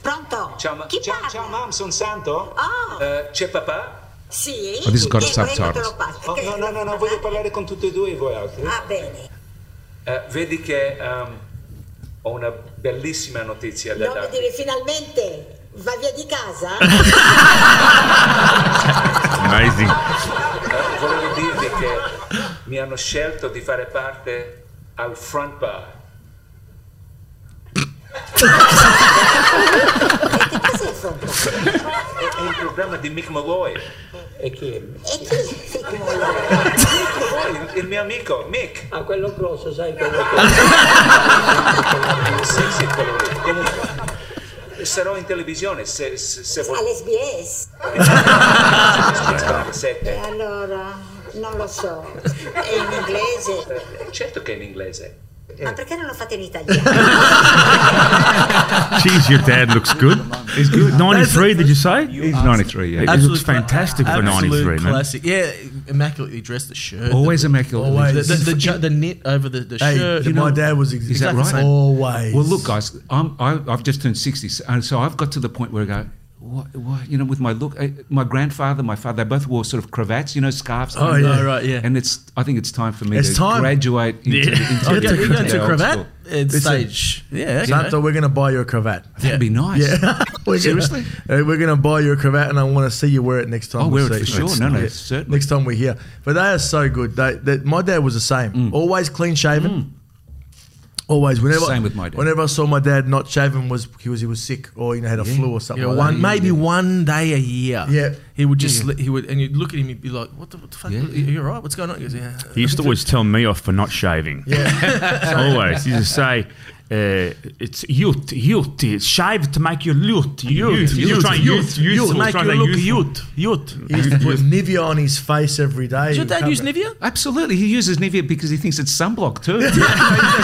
F: Pronto?
E: Ciao, ma-
F: Chi
E: ciao,
F: parla?
E: ciao mom, sono Santo.
F: Ah.
E: Eh, c'è papà?
F: Sì?
D: Oh, this has got
F: Eh,
D: subtitles.
F: prego, te lo passo.
E: Oh,
F: Che-
E: no, no, no, no, voglio parlare con tutti e due voi altri.
F: Ah, bene.
E: Eh, vedi che ehm, ho una bellissima notizia da
F: Non mi
E: darti.
F: dire finalmente va via
E: (laughs)
F: di casa?
B: Amazing.
E: Eh, volevo dirvi che mi hanno scelto di fare parte al front bar.
F: che cos'è il fronte?
E: È, è il programma di Mick Malloy.
G: E chi è?
F: E chi?
E: Mick Malloy, il, il mio amico, Mick.
G: Ah, quello grosso, sai quello
E: Sì, sì, quello lì. Comunque, sarò in televisione se, se, se vuoi.
F: All'SBS? (laughs) E
E: Sette.
F: allora? Non lo so. È in inglese?
E: Certo che è in inglese. Eh.
F: Ma perché non lo fate in italiano?
B: Jeez, your dad looks good. He's good. 93, did you say?
D: He's 93. Yeah.
B: He
C: Absolute
B: looks
C: cla-
B: fantastic for
C: absolute
B: 93, man.
C: classic. Yeah, immaculately dressed. The shirt,
D: Always immaculate.
A: Always.
C: the, the, the, ju- the knit over the, the
A: Hey,
C: shirt.
A: my dad was exactly,
D: that
A: the
D: right?
A: same. Always.
D: Well, look, guys, I'm, I, I've just turned 60, so- and so I've got to the point where I go, what, what, you know, with my look, I, my grandfather, my father, they both wore sort of cravats, you know, scarves.
A: Oh,
D: and-
A: yeah.
C: Oh, right, yeah.
D: And it's, I think it's time for me
A: It's
D: to
A: time.
D: graduate into,
B: Yeah.
D: the-
C: (laughs)
D: into
C: Oh,
D: the-
C: yeah, you're going
D: into
C: to
D: old
C: cravat
D: school.
C: and stage. Yeah, okay.
A: Santo, we're gonna buy you a cravat.
D: That'd be nice.
C: (laughs)
A: Yeah. We're gonna-
D: Seriously?
A: (laughs) uh, we're gonna buy you a cravat, and I want to see you wear it next time.
D: I'll
A: we
D: wear it
A: see
D: for
A: you.
D: sure. No, no, certainly.
A: Next time we're here, but they are so good. They, they, my dad was the same. Always clean shaven. Always. Whenever
D: Same with my dad.
A: Whenever I saw my dad not shaven, was he was he was sick or you know had a flu or something.
C: Yeah,
A: like
C: one
A: that.
C: maybe one day a year.
A: Yeah.
C: he would just li- he would and you'd look at him, you'd be like, "What the, what the fuck?
D: Yeah.
C: Are you all right? What's going on?" He goes, "Yeah."
B: He used to always tell me off for not shaving. (laughs) always. He used to say, uh, it's youth, youth, it's shave to make you loot, youth, He was trying youth, youth,
C: youth,
B: he was
C: make
B: trying
C: you
B: to
C: look
B: say youthful.
C: youth, youth.
A: He used to put Nivea on his face every day.
C: Does your dad use Nivea?
D: Absolutely. He uses Nivea because he thinks it's
C: (laughs)
D: sunblock too. he goes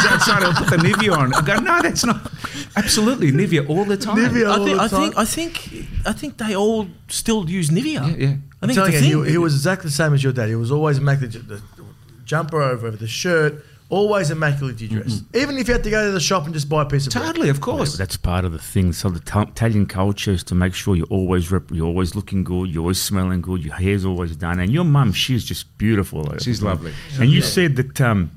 D: outside and put the Nivea on. I go, no, that's not. Absolutely, Nivea all the time.
A: Nivea.
C: I
A: all
C: think
A: the
C: I
A: time.
C: think I think I think they all still use Nivea.
D: Yeah, yeah.
C: I think
A: telling
C: it's a
A: you,
C: thing.
A: he, he was exactly the same as your dad. He was always immaculate. The jumper over, the shirt, always immaculately dressed. Even if you had to go to the shop and just buy a piece of bread.
D: Totally, of course.
B: That's part of the thing. So the Tal- Italian culture is to make sure you're always rep- you're always looking good, you're always smelling good, your hair's always done, and your mum, she's just beautiful.
D: She's lovely.
B: And you said that um,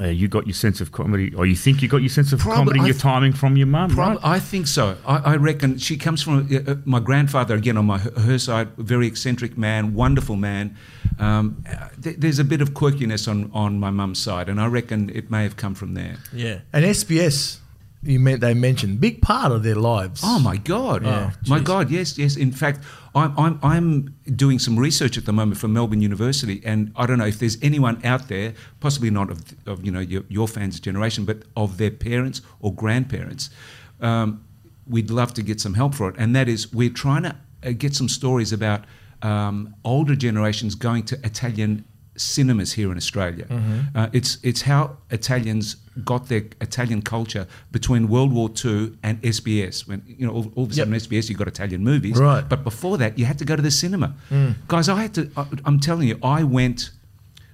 B: uh, you got your sense of comedy, or you think you got your sense of
D: Probably-
B: comedy,
D: I
B: and your
D: th-
B: timing from your mum,
D: Prob-
B: right?
D: I think so. I, I reckon she comes from uh, uh, my grandfather again on my her side, very eccentric man, wonderful man. Um, uh, th- there's a bit of quirkiness on on my mum's side, and I reckon it may have come from there.
C: Yeah.
A: And SBS, you meant they mentioned big part of their lives.
D: Oh my God!
A: Yeah.
D: my God! Yes, yes. In fact, I'm, I'm I'm doing some research at the moment for Melbourne University, and I don't know if there's anyone out there, possibly not of, of you know your, your fans' generation, but of their parents or grandparents. Um, we'd love to get some help for it, and that is we're trying to uh, get some stories about um, older generations going to Italian cinemas here in Australia.
C: Mm-hmm.
D: Uh, it's it's how Italians got their Italian culture between World War II and SBS. When you know all, all of a sudden SBS, you got Italian movies,
A: Right.
D: But before that, you had to go to the cinema,
C: Mm.
D: guys. I had to. I, I'm telling you, I went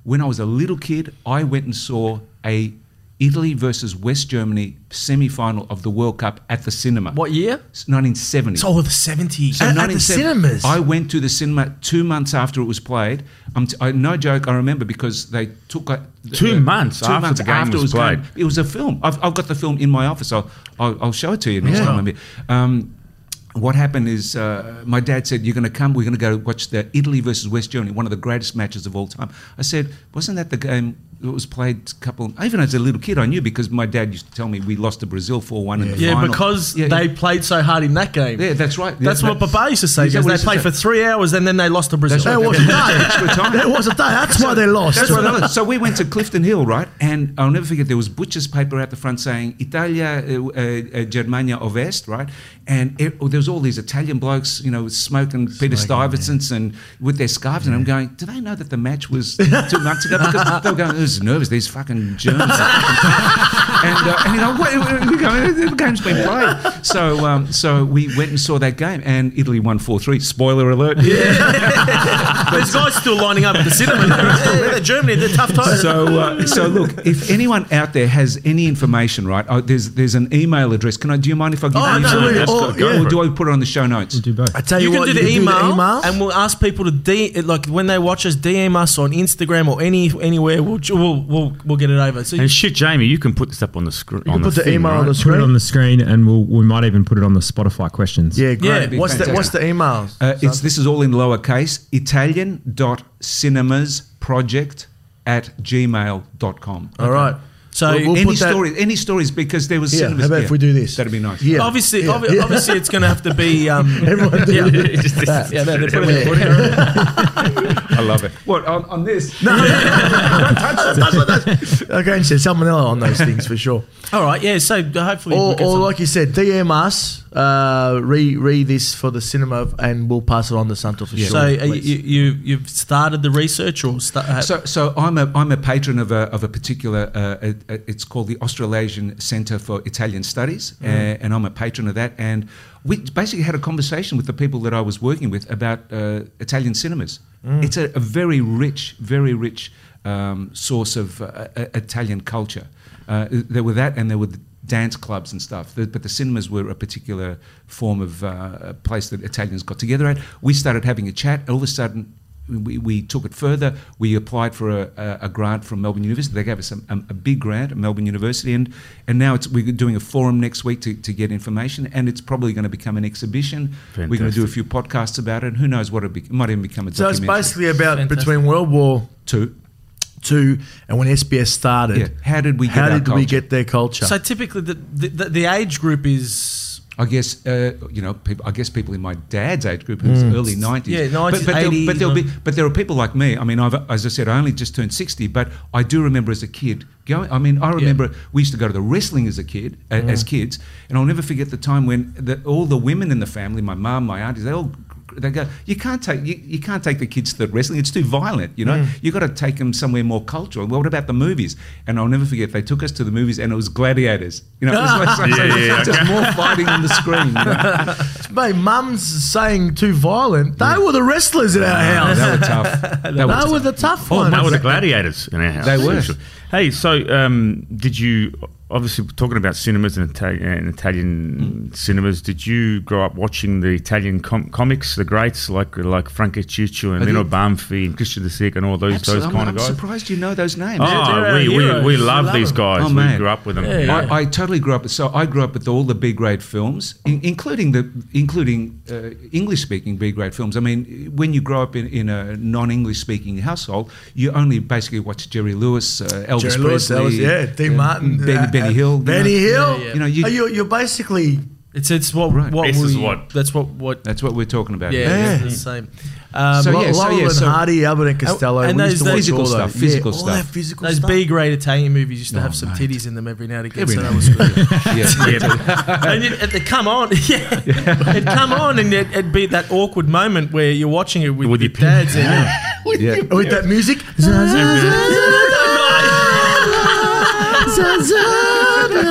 D: when I was a little kid. I went and saw a Italy versus West Germany semi-final of the World Cup at the cinema.
C: What (laughs) year?
D: 1970.
C: Oh, the 70s.
A: At- at the
D: 1970
A: cinemas?
D: I went to the cinema two months after it was played. I'm t- I, no joke, I remember because they took a,
B: Two months after the game was
D: it
B: played.
D: going- It was a film. I've, I've got the film in my office. I'll I'll, I'll show it to you next
A: Yeah.
D: time I'm here. Um, what happened is uh, my dad said, "You're going to come. We're going to go watch the Italy versus West Germany, one of the greatest matches of all time." I said, "Wasn't that the game?" that was played a couple. Even as a little kid, I knew because my dad used to tell me we lost to Brazil four one in the
C: Yeah,
D: final.
C: because
D: Yeah,
C: they
D: yeah.
C: played so hard in that game.
D: Yeah, that's right. Yeah,
C: That's what
D: that-
C: Papa used to say.
D: Is that
C: Because
D: what
C: they
D: he
C: played
D: used to
C: for three hours and then they lost to Brazil.
A: There
D: right.
A: was a day.
D: Extra time.
A: There was a day. That's why they lost.
D: That's what I So we went to Clifton Hill, right? And I'll never forget there was butcher's paper out the front saying Italia, uh, uh, Germania Ovest, right? And it, oh, there was all these Italian blokes, you know, smoking, Peter Stuyvesants and with their scarves. And I'm going, do they know that the match was two months ago? Because they were going, who's nervous? These fucking Germans. and, uh, and you know, what, what- we're going, the game's been played. So, um, so we went and saw that game, and Italy won four three. Spoiler alert.
C: There's guys still lining up at the
A: (laughs)
C: cinema. yeah, they're Germany, they're tough times.
D: So, uh, so look, if anyone out there has any information, right? Oh, there's there's an email address. Can I? Do you mind if I give?
A: Oh,
D: the email
A: absolutely.
D: address?
A: Oh, yeah.
D: Or do I put it on the show notes?
H: Do both.
A: I tell you,
C: you can
A: what,
C: do, the,
A: you
C: email,
A: can do the email.
C: and we'll ask people to D like when they watch us DM us on Instagram or any anywhere. We'll we'll we'll, we'll get it over. So
B: and shit, Jamie, you can put this up on the screen.
A: you can put the, email on the
H: Put it on
A: screen.
H: the screen, and we'll, we might even put it on the Spotify questions.
A: Yeah, great.
C: it'd be
A: what's the
D: fantastic.
A: What's the email?
D: Uh, it's this is all in lowercase. Italian dot cinemas project at gmail.com.
A: All right.
C: So
A: We'll- we'll
D: any
A: put that-
D: story, any stories because there was
A: Yeah,
D: cinemas.
A: how about if we do this?
D: That'd be nice.
A: Yeah.
C: obviously,
A: Yeah.
C: obvi-
A: Yeah.
C: obviously, it's going to have to be. Um,
A: (laughs) Everyone do it.
C: yeah, they're, they're
A: Yeah.
C: putting
D: I love it. What on, on this? No,
A: (laughs) okay, and said someone else on those things for
D: (laughs)
A: sure.
C: All right, yeah. So hopefully, we'll
A: Or,
C: get
A: or
C: some-
A: like you said, DM us, uh, re re this for the cinema, and we'll pass it on to Santo for sure.
C: so uh,
A: please.
C: you, you you've started the research or sta- uh,
D: So, so I'm a I'm a patron of a of a particular. Uh, it- it's called the Australasian Centre for Italian Studies, uh, and I'm a patron of that. And we basically had a conversation with the people that I was working with about uh, Italian cinemas. It's a, a very rich, very rich um, source of uh, uh, Italian culture. Uh, there were that, and there were the dance clubs and stuff. The, but the cinemas were a particular form of uh, a place that Italians got together at. We started having a chat. All of a sudden, we, we took it further. We applied for a, a, a grant from Melbourne University. They gave us a, a, a big grant at Melbourne University, and and now it's we're doing a forum next week to, to get information, and it's probably going to become an exhibition. We're going to do a
B: Fantastic.
D: few podcasts about it, and who knows what it, be, it might even become a
A: So it's
D: documentary.
A: basically about
C: Fantastic.
A: between World War
D: two.
A: Two and when SBS started.
D: Yeah. How did we get
A: How
D: our
A: did we
D: culture?
A: get their culture?
C: so typically the, the, the, the age group is
D: I guess uh, you know. People, I guess people in my dad's age group, who's early nineties.
C: Yeah, 90s,
D: but, but, there'll-
C: 80s,
D: but there'll
C: no.
D: be, but there are people like me. I mean, I've, as I said, I only just turned sixty, but I do remember as a kid going. I mean, I remember we used to go to the wrestling as a kid, a-
B: Mm-hmm.
D: as kids, and I'll never forget the time when the, all the women in the family, my mum, my aunties, they all. They go. You can't take you, you can't take the kids to the wrestling. It's too violent. You know.
B: Mm.
D: You got to take them somewhere more cultural. Well, what about the movies? And I'll never forget. They took us to the movies, and it was Gladiators. You know. It
B: (laughs)
D: was like,
B: Yeah, yeah, yeah,
D: just more fighting on the screen.
B: (laughs)
D: you know.
A: Mate, mum's saying too violent. They were the wrestlers in our house.
D: They were tough. They were
A: They were
D: tough.
A: the tough
B: Oh,
A: ones.
B: they were the gladiators in our house.
D: They were.
B: essentially. Hey, so um, did you obviously talking about cinemas and, Ita- uh, and Italian cinemas. Did you grow up watching the Italian com- comics, the greats like like Franco Ciccio and
D: I
B: Lino
D: did.
B: Banfi and Christian De Sica and all those
D: Absolutely.
B: those kind
D: I'm,
B: of guys?
D: I'm surprised you know those names.
C: they're
B: Oh,
C: our
B: we, we,
C: heroes.
B: we
C: We
B: love,
C: love
B: these
C: them.
B: guys.
D: Oh,
B: we
D: man.
B: grew up with them.
C: Yeah, yeah.
D: I, I totally grew up. So I grew up with all the B grade films, in, including the including uh, English speaking B grade films. I mean, when you grow up in, in a non English speaking household, you only basically watch Jerry Lewis, uh, Elvis
A: Jerry
D: Presley,
A: Lewis, Elvis, yeah, Dean Martin,
D: Benny,
A: uh, uh,
D: Benny Hill, you
A: Benny
D: know.
A: Hill.
C: Yeah, yeah.
D: You know, you-
A: Are you, you're basically
C: It's it's what
D: Right.
C: what
B: This
C: we,
B: is what-
C: that's what what
D: That's what we're talking about.
C: yeah,
D: here.
A: Yeah.
C: it's the same. Um,
D: So,
A: Lo-
D: yeah,
A: Laurel
D: yeah,
A: and
D: so-
A: Hardy, Albert and Costello.
C: and
A: we
C: those-
A: used to watch all that.
C: those
D: physical stuff,
A: Yeah,
D: physical
A: All that
D: stuff.
A: physical
C: those
A: stuff.
C: B grade Italian movies used to
D: Oh,
C: have some
D: mate.
C: titties in them every now and again.
D: Every
C: so
D: now
C: that was good.
D: Yeah.
B: Yeah, but-
C: (laughs) and it, it, come on, (laughs) yeah, it'd come on, and it, it'd be that awkward moment where you're watching it with,
B: With
C: with
B: your
C: your dads, and
D: yeah.
A: With that
C: (laughs)
A: music. Za, za, za, za, la,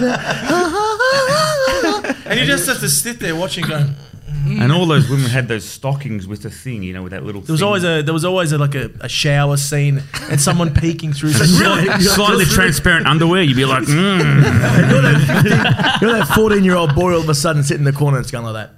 A: la, la.
C: and you just have to sit there watching, going.
B: and all those women had those stockings with the thing, you know, with that little.
C: There was always a there was always a, like a, a shower scene and someone peeking through.
B: (laughs) Slightly, (laughs)
C: (laughs)
B: slightly transparent underwear. You'd be like, mm.
A: You're that 14 year old boy all of a sudden sitting in the corner and it's going like that.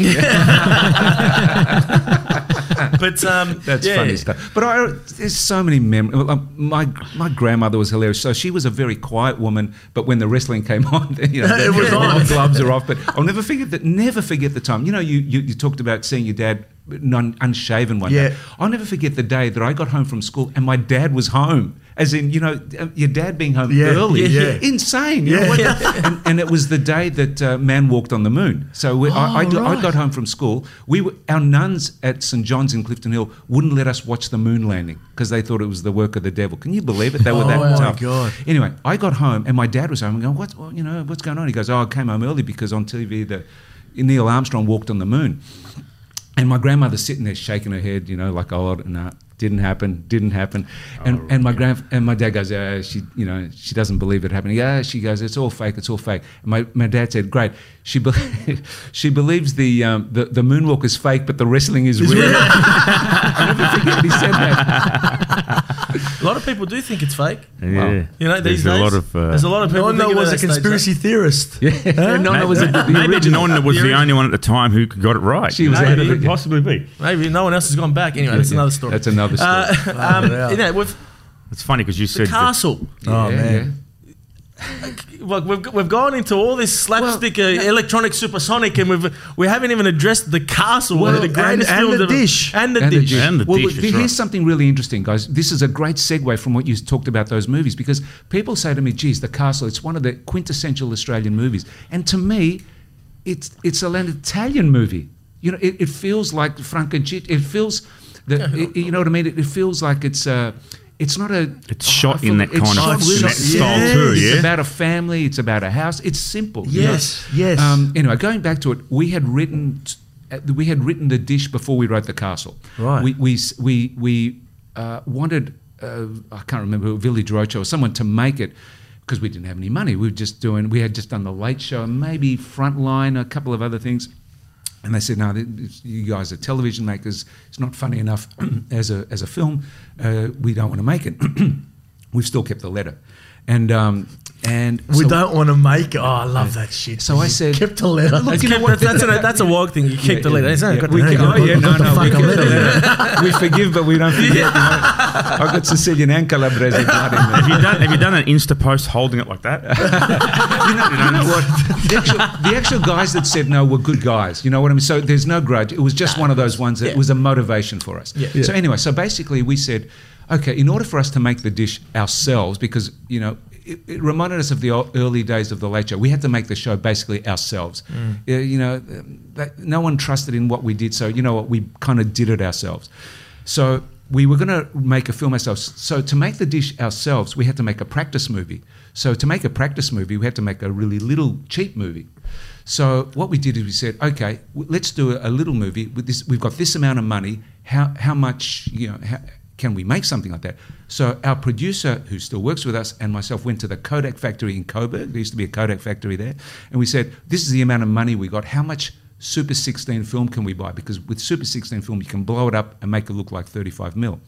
C: (laughs) but um,
D: That's
C: yeah.
D: funny stuff. But I, there's so many memories. My my grandmother was hilarious. So she was a very quiet woman, but when the wrestling came (laughs) on, you know,
A: (laughs) It was
D: the
A: on.
D: (laughs) gloves are off. But I'll never forget that. Never forget the time. You know, you you, you talked about seeing your dad non, unshaven one
A: Yeah.
D: day. I'll never forget the day that I got home from school and my dad was home. As in, you know, uh, your dad being home
A: Yeah,
D: early,
A: yeah, yeah.
D: insane. You know
A: Yeah.
D: what? (laughs) and, and it was the day that uh, man walked on the moon. So we, I, I,
A: Oh,
D: I
A: right.
D: got home from school. We were, our nuns at St John's in Clifton Hill wouldn't let us watch the moon landing because they thought it was the work of the devil. Can you believe it? They were that
A: Oh, my
D: tough.
A: God.
D: Anyway, I got home and my dad was home and going, "What's well, you know what's going on?" He goes, "Oh, I came home early because on TV the Neil Armstrong walked on the moon." And my grandmother's sitting there shaking her head, you know, like, "Oh, no, didn't happen, didn't happen." And and my grand and my dad goes, uh, "She, you know, she doesn't believe it happened." Yeah, she goes, "It's all fake, it's all fake." And my, my dad said, "Great, she be- (laughs) she believes the, um, the the moonwalk is fake, but the wrestling is real." (laughs) I never forget he said that.
C: A lot of people do think it's fake.
B: yeah.
C: You know,
B: There's
C: these
B: a
C: days
B: lot of. Uh,
C: there's a lot of people.
A: No one
C: thinking
A: was a
C: about that stage,
A: conspiracy theorist.
D: no, no, it was the- the
B: Maybe
D: original.
B: Norton was the only one at the time who got it right.
D: She was
B: How
D: ahead
B: could
D: of
B: it
D: it, yeah.
B: possibly be.
C: though. Maybe no one else has gone back. Anyway, that's
D: Yeah,
C: another story.
D: That's another story.
C: Uh, (laughs) um, you know, with
B: It's funny because you
C: the
B: said that-
C: castle,
A: Oh, man.
C: like we've, we've gone into all this slapstick, uh, electronic, supersonic, and we've we haven't even addressed the castle, one of
A: Well,
C: the greatest
A: and- and
C: films
A: the
C: ever-
A: dish.
C: and the
D: And the
C: dish.
D: dish.
B: And the
D: well,
B: dish,
D: well,
B: that's
D: here's
B: right.
D: something really interesting, guys. This is a great segue from what you talked about those movies because people say to me, "Geez, The Castle. It's one of the quintessential Australian movies," and to me, it's it's an Italian movie. You know, it, it feels like Frankenstein. It feels that it- you know what I mean. It, it feels like it's a. It's not a.
B: It's shot in that
D: it's
B: kind of
D: shot really-
A: that style
D: yeah.
A: too,
B: yeah?
D: It's about a family. It's about a house. It's simple. you know?
A: Yes, yes.
D: Um, anyway, going back to it, we had written uh, we had written the dish before we wrote the castle.
A: Right.
D: We we s- we, we uh, wanted uh, I can't remember who, Village Roadshow or someone to make it because we didn't have any money. We were just doing we had just done the Late Show, maybe Frontline, a couple of other things. And they said, "No, th- it's- you guys are television makers. It's not funny enough (clears throat) as a as a film. Uh, we don't want to make it. (clears throat) We've still kept the letter, and um, and
A: We
D: so-
A: don't want to make. Oh, I love that shit.
D: So I said-
A: (laughs) kept a
D: (laughs)
A: letter.
D: Look,
C: That's,
D: You know
C: kept-
D: what?
C: that's, that's, a, that's a wog thing. You keep the leader. It's not
D: Yeah,
C: got
D: we
C: the-
D: can-
A: yeah,
D: oh, yeah,
A: what
D: no,
A: the
D: no,
A: fuck
D: we
A: I'm
D: can-
A: living
D: we forgive, but we don't forget. you know. I've got Sicilian and Calabrese blood in there.
B: Have you done? Have you done an Insta post holding it like that?
D: You know, you
C: (laughs)
D: know what? The actual, the actual guys that said no were good guys. You know what I mean? So there's no grudge. It was just one of those ones that
C: Yeah.
D: was a motivation for us.
C: Yeah. Yeah.
D: So anyway, so basically we said, okay, in order for us to make the dish ourselves, because you know. It, it reminded us of the ol- early days of the late show. We had to make the show basically ourselves.
C: Mm.
D: Uh, you know, um, that, no one trusted in what we did, so you know what we kind of did it ourselves. So we were going to make a film ourselves. So to make the dish ourselves, we had to make a practice movie. So to make a practice movie, we had to make a really little cheap movie. So what we did is we said, okay, w- let's do a, a little movie with this. We've got this amount of money. How how much you know? How, can we make something like that? So our producer, who still works with us, and myself went to the Kodak factory in Coburg. There used to be a Kodak factory there, and we said, "This is the amount of money we got. How much Super 16 film can we buy? Because with Super 16 film, you can blow it up and make it look like 35 mil."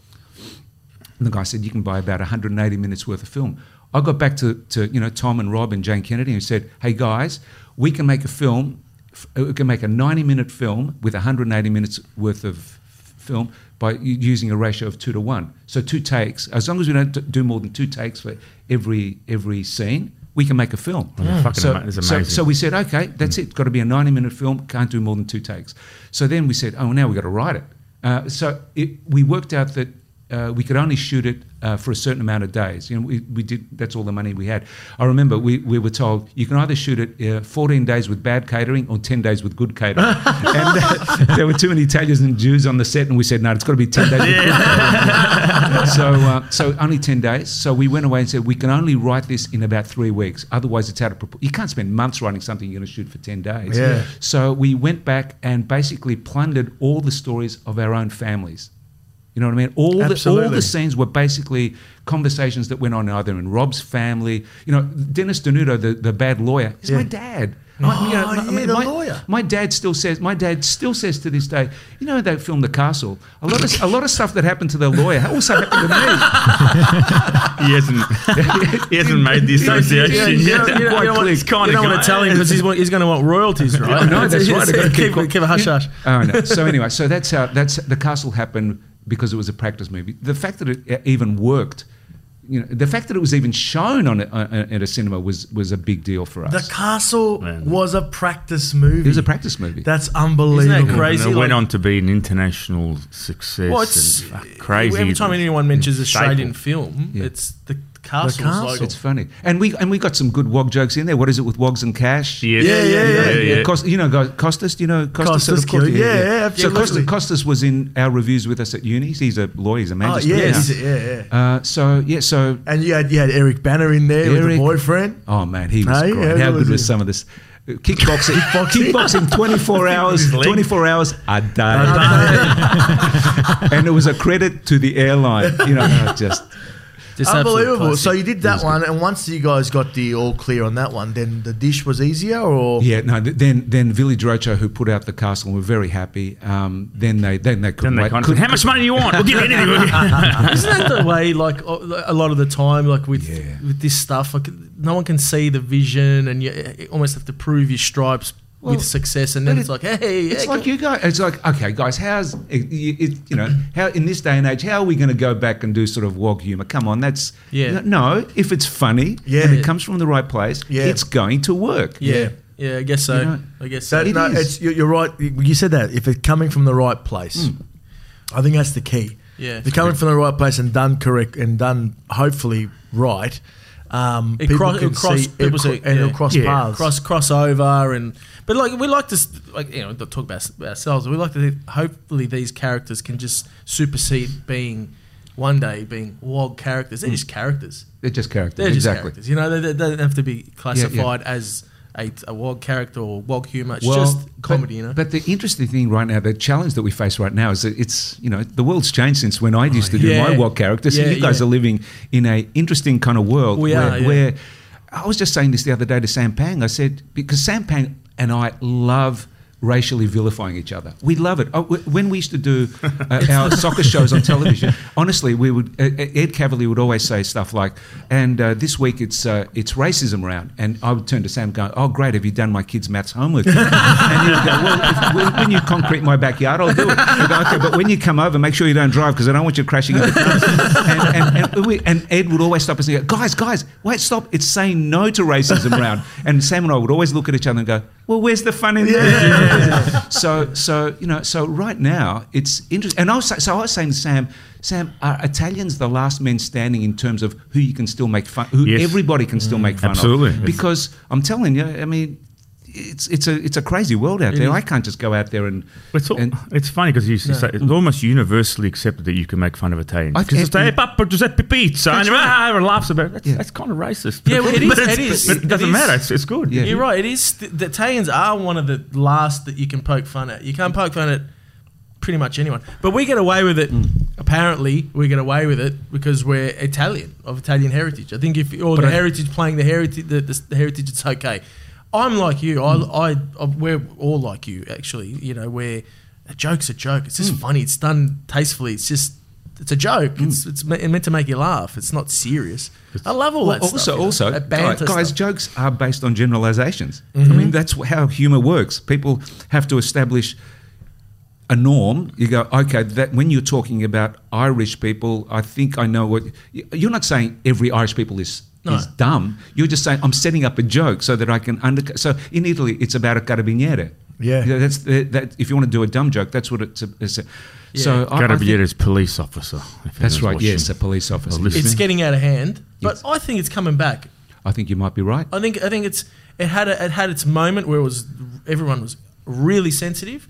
D: And the guy said, You can buy about 180 minutes worth of film. I got back to, to you know Tom and Rob and Jane Kennedy and said, "Hey guys, we can make a film. f- uh, We can make a 90-minute film with 180 minutes worth of f- film by u- using a ratio of two to one. So two takes. As long as we don't d- do more than two takes for every every scene, we can make a film.
B: fucking
D: So,
B: ama- it's
D: so,
B: amazing.
D: so we said, okay, that's it. Got to be a 90 minute film. Can't do more than two takes. So then we said, oh, now we've got to write it. Uh, so it, we worked out that uh, we could only shoot it uh, for a certain amount of days. You know, we, we did, that's all the money we had. I remember we, we were told you can either shoot it uh, 14 days with bad catering or 10 days with good catering. and uh, there were too many Italians and Jews on the set, and we said, no, it's got to be 10 days with good (laughs) so, uh, so only ten days. So we went away and said we can only write this in about three weeks. Otherwise, it's out of proportion. You can't spend months writing something you're going to shoot for ten days.
A: Yeah.
D: So we went back and basically plundered all the stories of our own families. You know what I mean? All the, all
A: Absolutely.
D: the scenes were basically conversations that went on either in Rob's family. You know, Dennis Denudo, the, the bad lawyer, is my dad. My, you know,
A: Oh,
D: my-
A: yeah, the
D: my-
A: lawyer.
D: my dad still says. My dad still says to this day. You know that film, The Castle. A lot of a lot of stuff that happened to the lawyer also happened to
B: He hasn't, he hasn't made the association
C: you
B: yet.
C: don't- you don't- you don't want-
B: It's kind
C: you
B: of
C: don't want to tell him because he's, wa- he's going to want royalties, right?
D: me. (laughs) no,
C: (laughs)
D: that's right. I gotta
C: keep, keep, a hush hush.
D: (laughs) Oh no. So anyway, so that's how that's the Castle happened because it was a practice movie. The fact that it uh, even worked. You know, the fact that it was even shown on a, uh, at a cinema was, was a big deal for us.
A: The Castle was a practice movie.
D: it was a practice movie.
A: That's
C: Isn't
A: unbelievable.
C: that crazy?
B: And it went
C: Like-
B: on to be an international success.
C: Well, it's
B: and, uh, crazy.
C: Every time anyone mentions
B: Staple.
C: Australian film, it's the castle's
A: castle.
C: like
D: it's funny, and we and we got some good wog jokes in there. What is it with wogs and cash?
B: Yeah,
A: Yeah, yeah, yeah.
D: Cost, you know, guys- Costas, do you know Costas?
A: Costas
D: Of course,
A: Kiel- yeah, yeah,
D: So Costas,
A: absolutely.
D: Costas was in our reviews with us at uni. He's a lawyer, he's a
A: Oh,
D: magistrate.
A: yeah,
D: now.
A: he's- yeah, yeah.
D: Uh, so, yeah, so,
A: And you had you had Eric Banner in there with the
D: Eric-
A: boyfriend.
D: oh man, he was
A: Hey,
D: great.
A: yeah,
D: How
A: that was
D: good was
A: it.
D: some of this? Uh, Kickboxing,
A: (laughs)
D: kickboxing, twenty four hours,
B: his leg.
D: twenty four hours a day, (laughs) and it was a credit to the airline. You know, just
C: Just absolute
A: Unbelievable. So
C: classic.
A: you did that one, and once you guys got the all clear on that one, then the dish was easier, or
D: Yeah, no. th- Then, then Village Roadshow, who put out the castle, and were very happy. Um, then they, then they couldn't
B: And they
D: wait.
B: kind of said,
D: couldn't-
B: how much money do you want? We'll give you anything. We'll give you-"
C: Isn't that the way? Like o- a lot of the time, like with
D: Yeah.
C: with this stuff, like no one can see the vision, and you you almost have to prove your stripes
D: Well,
C: with success, and then
D: but
C: it's
D: it-
C: like, hey,
D: It's
C: yeah,
D: like you guys. It's like okay, guys. How's it, it, you know how in this day and age how are we going to go back and do sort of wog humor? Come on, that's
C: Yeah.
D: No, if it's funny
A: Yeah.
D: and it comes from the right place,
A: Yeah.
D: it's going to work.
C: yeah, yeah, I guess so.
D: You know,
C: I guess so.
A: That,
D: It
A: no,
D: is.
A: it's, you- you're right. You you said that if it's coming from the right place, I think that's the key.
C: Mm. Yeah.
A: if it's coming from the right place and done correct and done hopefully right, um,
C: It
A: people
C: cro-
A: can
C: it'll cross-
A: see
C: people
A: it, cro-
C: see-
A: and it'll
C: yeah.
A: cross
B: Yeah.
A: paths.
C: cross cross over and but like we like to s- like you know not talk about s- about ourselves we like to think hopefully these characters can just supersede being one day being wog characters they're just characters
D: They're just characters.
C: they're just
D: Mm. exactly.
C: characters you know they, they don't have to be classified as a, a wog character or wog humor it's just
D: but-
C: comedy you know
D: But the interesting thing right now, the challenge that we face right now is that it's you know the world's changed since when I used to do
C: yeah.
D: my world character. So
C: Yeah,
D: you guys
C: yeah.
D: are living in a interesting kind of world
C: We
D: where,
C: are, yeah.
D: where I was just saying this the other day to Sam Pang. I said because Sam Pang and I love. Racially vilifying each other, we love it. Oh, w- when we used to do
C: (laughs)
D: uh, our soccer shows on television, honestly, we would. Uh, uh, Ed Cavalier would always say stuff like, "And uh, this week it's uh, it's racism round," and I would turn to Sam, going, "Oh, great! Have you done my kids' maths homework?" (laughs) and he would go, "Well, if, when, when you concrete my backyard, I'll do it." I go, "Okay, but when you come over, make sure you don't drive because I don't want you crashing into cars." And, and, and, we, and Ed would always stop us and go, "Guys, guys, wait, stop! It's saying no to racism round." And Sam and I would always look at each other and go, "Well, where's the fun in that?" So, so you know, so right now it's interesting. And I was, sa- so I was saying to Sam. Sam, are Italians the last men standing in terms of who you can still make fun, who
B: Yes.
D: everybody can still make fun
B: Absolutely.
D: of?
B: It's-
D: Because I'm telling you, I mean, it's it's a it's a crazy world out there. I can't just go out there and
B: It's, all,
D: and
B: it's funny because you s- say it's almost universally accepted that you can make fun of Italians.
D: I-
B: Because they say,
D: and-
B: "Hey, Papa Giuseppe Pizza, and
D: That's
B: everyone
D: right.
B: ah, laughs about it. That's,
D: Yeah.
B: that's kind of racist.
C: Yeah,
B: (laughs)
C: well, it
B: But
C: is-
B: it's-
C: it is.
B: but It
C: It
B: doesn't
C: is.
B: matter. It's, it's good.
D: Yeah.
C: you're right it is the, the Italians are one of the last that you can poke fun at you can't poke fun at pretty much anyone but we get away with
D: Mm.
C: it apparently we get away with it because we're Italian of Italian heritage I think if or the
D: I-
C: heritage playing the heritage the, the, the heritage it's okay I'm like you I,
D: Mm.
C: I, I uh, we're all like
D: Mm.
C: you actually you know where a joke's a joke it's just funny it's done tastefully it's just it's a joke. It's it's me- meant to make you laugh. It's not serious. I love all that
D: also,
C: stuff. you know,
D: also,
C: that banter
D: guys,
C: stuff. Mm-hmm.
D: jokes are based on generalizations. I mean, that's wh- how humor works. People have to establish a norm. You go, okay, that when you're talking about Irish people, I think I know what y- you're not saying. Every Irish people is. Is dumb. You're just saying I'm setting up a joke so that I can under. So in Italy, it's about a carabiniere.
A: Yeah.
D: You know, that's that, that. If you want to do a dumb joke, that's what it's. A, it's a, So I- I think-
B: Carabinieri's police officer. if
D: That's
B: anyone's
D: right.
B: watching.
D: Yes, a police officer.
B: Or listening.
C: it's getting out of hand. But
D: Yes.
C: I think it's coming back.
D: I think you might be right.
C: I think I think it's it had a, it had its moment where it was everyone was really sensitive,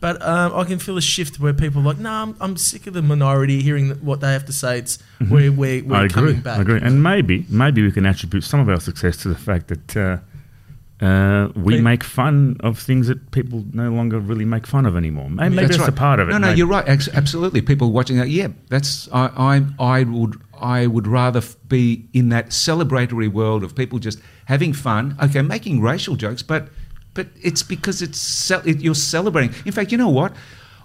C: but um, I can feel a shift where people are like, no, I'm, I'm sick of the minority hearing what they have to say. It's we're we're, we're
B: I agree.
C: coming back.
B: I agree. And maybe, maybe we can attribute some of our success to the fact that uh, uh, we
C: They-
B: make fun of things that people no longer really make fun of anymore. May- Maybe that's,
D: right.
B: a part of it.
D: No, no,
B: maybe.
D: you're right. Ex- Absolutely, people watching that. Yeah, that's I, I, I would, I would rather f- be in that celebratory world of people just having fun. Okay, making racial jokes, but, but it's because it's ce- it, you're celebrating. In fact, you know what?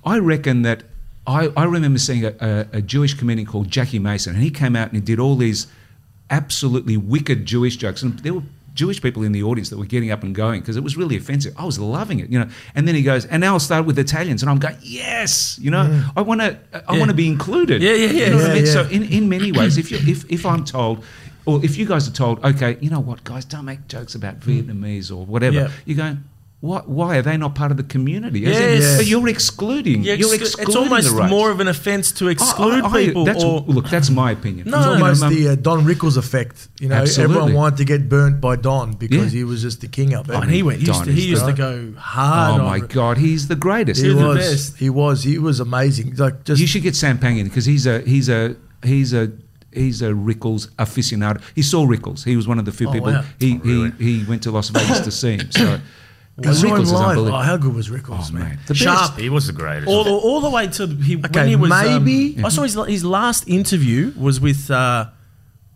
D: I reckon that I, I remember seeing a, a, a Jewish comedian called Jackie Mason, and he came out and he did all these absolutely wicked Jewish jokes, and there were Jewish people in the audience that were getting up and going because it was really offensive. I was loving it, you know. And then he goes, and now I'll start with Italians, and I'm going, yes, you know, I want to, I want to be included.
C: Yeah, yeah, yeah.
D: You know what I
A: Yeah,
D: mean?
A: yeah.
D: So in, in many ways, if you if if I'm told. Or if you guys are told, okay, you know what, guys, don't make jokes about Vietnamese or whatever.
C: Hmm. Yeah.
D: You're going, why, why are they not part of the community? As in,
C: Yes.
D: But you're excluding.
C: Yeah,
D: You're
C: exclu-
D: excluding.
C: it's almost
D: the race.
C: more of an offense to
D: I- I-
C: exclude
D: I-
C: people.
D: That's,
C: or,
D: look, that's my opinion.
C: No,
A: It's
C: no, no,
A: almost
D: no,
A: the uh, Don Rickles effect. You know,
D: Absolutely.
A: everyone wanted to get burnt by Don because
D: Yeah.
A: he was just the king of it.
C: Oh, and he went. He used, to, he
D: Donny's
C: used to
A: right.
C: go hard.
D: Oh
C: on
D: my
C: it.
D: God, he's the greatest.
A: He
C: the
A: was.
C: best.
A: He was. He was amazing. Like just
D: You should get Sam Pang in because he's a he's a he's a he's a Rickles aficionado. He saw Rickles. He was one of the few
C: Oh,
D: people.
C: wow.
D: He, he he went to Las Vegas to see him. So
A: I saw him
D: is
A: live. Oh,
D: unbelievable.
A: how good was Rickles,
D: Oh,
A: man?
D: man.
A: The
C: Sharp.
B: He was the greatest.
C: all the, all the way to he, when
A: Okay,
C: he was um,
A: maybe-
C: I saw his, his last interview was with uh,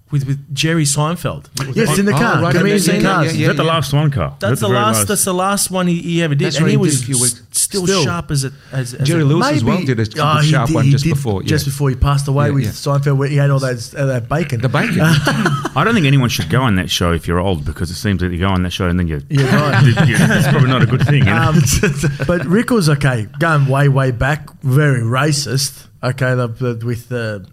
C: with with Jerry Seinfeld.
A: Yes, in the
D: Oh,
A: car.
D: right,
A: Comedians
D: I've
A: in
D: seen that,
A: cars.
B: Is that the
D: yeah.
B: last one, Carl? Is that
C: That's the
B: very
C: last, That's the last one he, he ever did,
D: That's
C: and
D: right,
C: he
D: he did
C: was
D: a few weeks.
C: s- still,
A: Still.
C: sharp as a as, as
D: Jerry
C: a,
D: Lewis as well did a
A: Oh, he
D: sharp
A: did-
D: one
A: he
D: just
A: did
D: before. Yeah.
A: Just before he passed away
D: Yeah,
A: with
D: yeah.
A: Seinfeld, where he had all that uh, that bacon. (laughs)
D: the bacon.
B: I don't think anyone should go on that show if you're old because it seems that you go on that show and then you're. (laughs)
A: You're
D: (laughs)
A: right.
B: it's probably not a good thing. You know?
A: Um, (laughs) but Rickles, okay, going way, way back, very racist. Okay, the, the, with the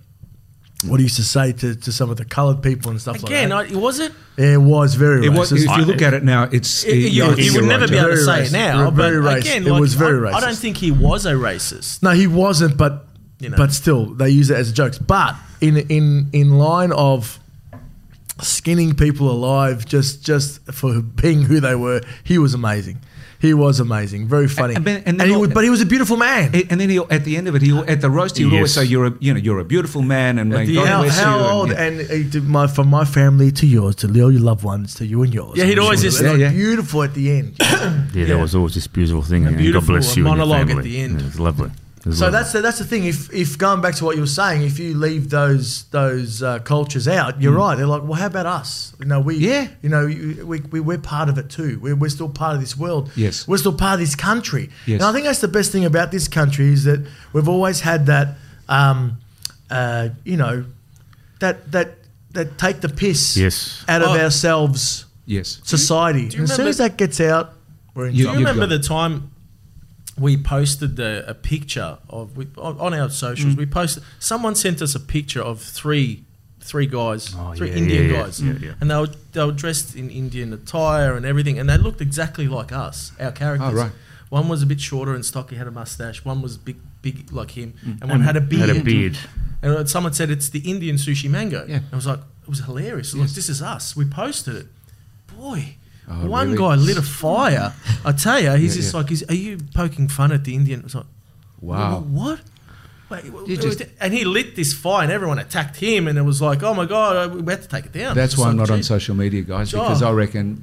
A: what he used to say to, to some of the coloured people and stuff
C: Again, I,
A: like
C: it wasn't.
A: that. It was very
D: It was,
A: racist.
D: if you look at it now, it's
C: It, you,
D: yeah, I
C: you
D: think
C: would
D: you're
C: never
D: right,
C: be able to
A: Very
C: say it
A: racist.
C: now.
A: Very
C: but
A: racist.
C: again,
A: It
C: like,
A: was very
C: I, I don't
A: racist.
C: think he was a racist.
A: no, he wasn't, but
C: You know.
A: but still, they use it as jokes. But in in in line of skinning people alive just just for being who they were, he was amazing. He was amazing, very funny,
D: And
A: and,
D: then- and then
A: he
D: all-
A: would, but he was a beautiful man.
D: And- And then he, at the end of it, he at the roast, he would always
B: Yes.
D: say, "You're a, you know, you're a beautiful man," and may
C: the
D: God
C: end,
A: how,
D: bless
A: how
D: you. and-
A: old
D: yeah.
A: and, uh, to my from my family to yours to all your loved ones to you and yours.
C: Yeah, he'd always
A: It was
C: just-
A: like
D: Yeah, yeah.
A: beautiful at the end.
B: yeah, there was always this beautiful thing. and
C: beautiful
B: God bless you.
C: monologue
B: and your
C: at
B: family.
C: the end.
B: Yeah, It was lovely. It was
A: so
B: lovely.
A: that's the, that's the thing. If if going back to what you were saying, if you leave those those uh, cultures out, you're right. They're like, well, how about us? You know, we
D: Mm. Yeah.
A: You know, you- we, we we're part of it too. We're, we're still part of this world.
D: Yes.
A: we're still part of this country.
D: Yes.
A: And I think that's the best thing about this country is that we've always had that, um, uh, you know, that that that take the piss
B: Yes.
A: out of
C: Oh.
A: ourselves
D: yes,
A: society.
C: do you
A: as soon
C: remember-
A: as that gets out, we're in
D: You-
A: trouble.
C: Do you remember
D: got
C: the time we posted the, a picture of we, on on our socials? We posted someone sent us a picture of three three guys,
B: Oh,
C: three
B: yeah,
C: Indian
B: yeah, yeah,
C: guys,
B: yeah, yeah.
C: and they were they were dressed in Indian attire and everything, and they looked exactly like us, our characters.
D: Oh, right.
C: One was a bit shorter and stocky, had a mustache. One was big, big like him, and one had a beard.
B: Mm. Had a beard.
C: And uh, someone said it's the Indian sushi mango.
D: Yeah.
C: I was like, it was hilarious. Look, this is us. We posted it. Boy,
B: Oh,
C: one
D: really?
C: guy lit a fire. I tell you, he's
D: Yeah,
C: just
D: yeah.
C: like, is, are you poking fun at the Indian? It's like,
D: wow.
C: what? Wait, w- w-
D: just-
C: and he lit this fire, and everyone attacked him, and it was like, oh my god, we had to take it down.
D: That's
C: It's
D: why I'm
C: like,
D: not on
C: geez.
D: social media, guys, because
C: Sure.
D: I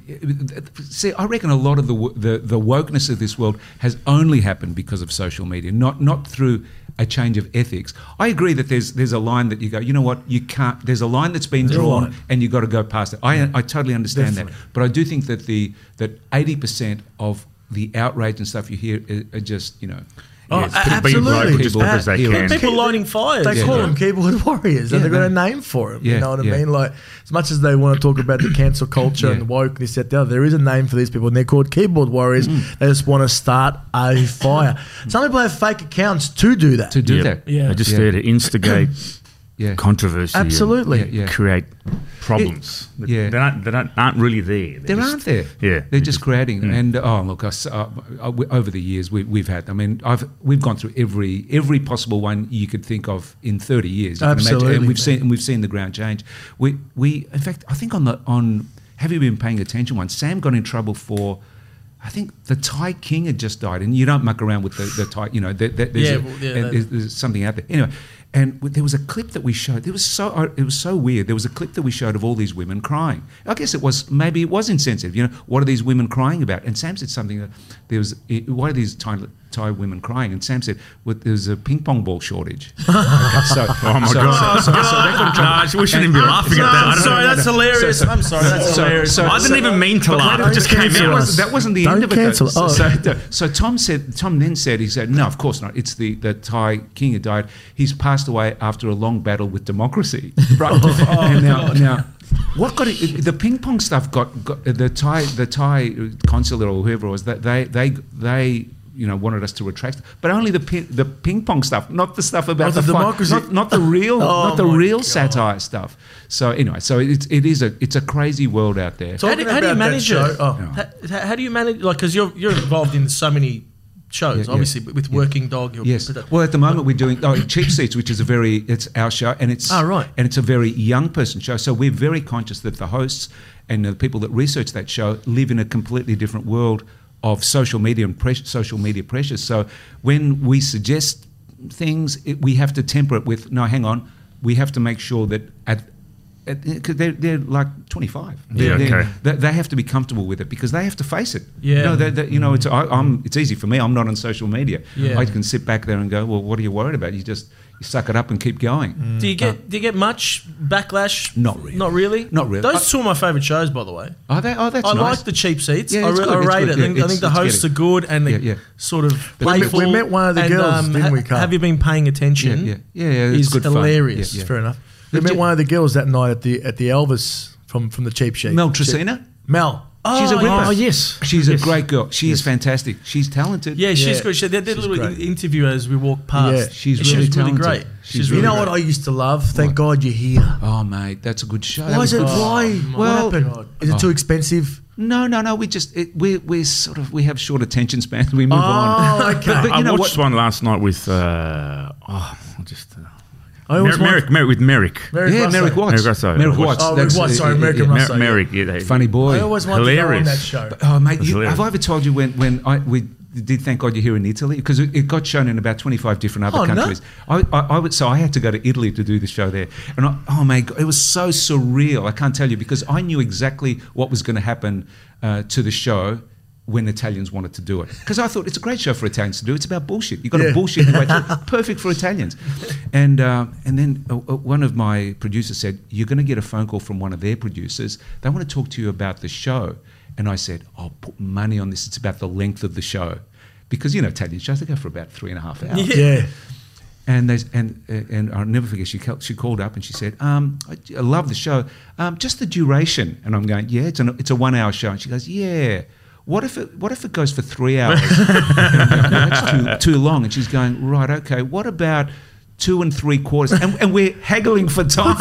D: reckon. See, I reckon a lot of the, wo- the the wokeness of this world has only happened because of social media, not not through a change of ethics. I agree that there's there's a line that you go, you know what, you can't. There's a line that's been drawn, and you have got to go past it. I I totally understand that, but I do think that the that eighty percent of the outrage and stuff you hear are, are just you know
A: Oh,
B: Yes, put it being
A: absolutely.
B: vocal just because they
D: Heroes.
B: can.
C: People
A: Keep-
C: lighting fires.
A: They
D: Yeah,
A: call
D: yeah.
A: them keyboard (laughs) warriors, and
D: Yeah,
A: they've got a
D: man.
A: name for them.
D: Yeah,
A: you know what
D: yeah.
A: I mean? Like as much as they want to talk about
D: (coughs)
A: the cancel culture and the
D: Yeah.
A: woke this that the other, there is a name for these people, and they're called keyboard warriors.
D: Mm.
A: They just want to start
D: (coughs)
A: a fire. Some people have fake accounts to do that.
D: to do
B: Yeah.
D: that.
C: Yeah.
B: They're just
D: Yeah.
B: there to instigate
D: Yeah.
B: controversy. and
A: Absolutely.
D: Yeah, yeah.
B: Create problems.
D: yeah.
B: They, aren't, they aren't, aren't really there.
D: There aren't there.
B: Yeah.
D: they're just creating. And oh, look, I s uh, uh, we- over the years we, we've had. I mean, I've we've gone through every every possible one you could think of in thirty years. You can imagine.
A: Absolutely,
D: and we've
A: man.
D: seen and we've seen the ground change. We we in fact, I think on the on. Have you been paying attention? Once Sam got in trouble for. I think the Thai king had just died, and you don't muck around with the, the Thai. You know, there, there- there's,
C: Yeah,
D: a-
C: well, yeah,
D: and
C: that-
D: there's- there's something out there. Anyway, and w- there was a clip that we showed. There was so uh, it was so weird. There was a clip that we showed of all these women crying. I guess it was maybe it was insensitive. You know, what are these women crying about? And Sam said something. That there was i- why are these Thai, Thai women crying? And Sam said, well, "There's a ping pong ball shortage." Okay, so,
B: Oh my
D: so-
B: god!
D: so- so- so that
B: (laughs)
D: got in trouble.
B: no, we shouldn't even be laughing
C: No,
B: at that. I
C: I'm
B: don't
C: sorry,
B: know.
C: that's hilarious. I'm sorry, that's
D: (laughs) So-
C: hilarious.
D: so-
B: I didn't even mean to laugh. It just came
D: that,
B: out.
D: wasn't, that wasn't the
A: Don't
D: end of it. though.
A: cancel it.
D: So,
A: Oh.
D: so, so Tom said. Tom then said, he said, "No, of course not. It's the, the Thai king who died. He's passed away after a long battle with
A: (laughs)
D: democracy." Right.
A: Oh,
D: and now, now, what got it, the ping pong stuff? Got, got uh, the Thai the Thai consulate or whoever it was that they they they. You know, wanted us to retract, but only the pin, the ping pong stuff, not the stuff about
A: Not Oh, the
D: fi-
A: democracy.
D: not, not the
A: (laughs)
D: real,
A: Oh
D: not the
A: my
D: real satire stuff. So anyway, so it's it is a it's a crazy world out there.
C: how do,
A: Talking
C: how do you
A: about that
C: manage
A: show-
C: it?
A: oh.
C: How, how- how do you manage? Like, because you're you're involved in so many shows,
D: Yeah, yeah.
C: obviously, but with Working Dog. You're,
D: Yes.
C: but that-
D: Well, at the moment we're doing oh, cheap seats, which is a very it's our show, and it's
C: Oh, right.
D: and it's a very young person show. So we're very conscious that the hosts and the people that research that show live in a completely different world of social media and press, social media pressures. So when we suggest things, it, we have to temper it with no. Hang on, we have to make sure that at because they're, they're like 25
B: Yeah,
D: They're-
B: okay.
D: they, they have to be comfortable with it because they have to face it
C: Yeah.
D: no, they, they, you know it's I, I'm, it's easy for me i'm not on social media
C: Yeah.
D: I can sit back there and go, well, what are you worried about? You just you suck it up and keep going.
C: do you get do you get much backlash?
D: Mm, Not really.
C: Not really.
D: Not really.
C: Those
D: I-
C: two are my favorite shows, by the way.
D: Oh, that, oh, that's
C: I
D: nice.
C: like the cheap seats.
D: Yeah,
C: I,
D: it's
C: re-
D: good,
C: I
D: it's
C: rate
D: good.
C: it. I think,
D: Yeah,
C: I think
D: it's-
C: the
D: it's
C: hosts
D: getting-
C: are good and
D: Yeah,
C: they're
D: yeah.
C: sort of
A: met- we
C: playful.
A: met one of the
C: and,
A: girls,
C: um,
A: didn't
C: ha-
A: we, Carl?
C: Have you been paying attention?
D: Yeah, yeah, yeah, it's
C: Is
D: good fun.
C: hilarious.
D: Yeah, yeah.
A: Fair enough. We met
D: you-
A: one of the girls that night at the at the Elvis from from the cheap sheet.
D: Mel Tresina.
A: Mel.
C: Oh,
D: She's a ripper.
C: yes.
A: Oh yes.
D: She's a great girl. She's fantastic. She's talented.
C: Yeah, she's
A: Yeah.
C: good. She, they did a
A: She's
C: little
A: great.
C: interview as we walked past.
A: Yeah.
D: She's
C: She
D: really
C: was really
D: talented.
C: great.
D: She's
C: She's
A: You
C: really
A: know
C: great.
A: what I used to love? Thank God you're here.
D: Oh, mate, that's a good show. That
A: Why
D: was
A: is it?
D: good.
A: Why?
D: Well-
A: Oh, what happened? Is it too expensive?
D: No, no, no. We just it, we we sort of we have short attention spans. We move on.
A: Oh, okay.
D: But you
B: I
D: know
B: watched
D: what?
B: one last night with uh, oh, I'll just uh,
A: I
B: Merrick,
A: always want-
B: Merrick, Merrick with Merrick.
A: Merrick
D: Yeah,
A: Russo.
D: Merrick Watts.
B: Merrick Russo.
D: Merrick
B: I watched-
D: Watts.
A: Oh,
D: that's-
A: Merrick Watts, sorry,
D: yeah,
A: American
D: yeah,
B: Mer-
D: yeah.
A: Russo, yeah.
B: Merrick, yeah, they-
D: Funny boy.
A: I always wanted to go on that
B: Hilarious.
D: (laughs)
A: show.
D: Oh, mate, you,
B: hilarious.
D: have I ever told you when, when I we did Thank God You're Here in Italy? Because it, it got shown in about 25 different other
A: Oh, no.
D: countries. I, I, I would, so I had to go to Italy to do the show there. And I, oh, my God, it was so surreal. I can't tell you because I knew exactly what was going to happen uh, to the show when Italians wanted to do it. Because I thought it's a great show for Italians to do. It's about bullshit. You've got to
A: Yeah.
D: bullshit your way through.
A: (laughs)
D: Perfect for Italians. And, uh, and then uh, uh, one of my producers said, You're going to get a phone call from one of their producers. They want to talk to you about the show. And I said, I'll put money on this. It's about the length of the show. Because, you know, Italian shows, they go for about three and a half hours.
A: Yeah.
D: And they and and I'll never forget. She called, she called up and she said, um, I, I love the show. Um, just the duration." And I'm going, "Yeah, it's an, it's a one hour show." And she goes, "Yeah." What if it What if it goes for three hours? And I'm going, "No, that's too, too long. And she's going, "Right, okay. What about?" Two and three quarters, and, and we're haggling for time.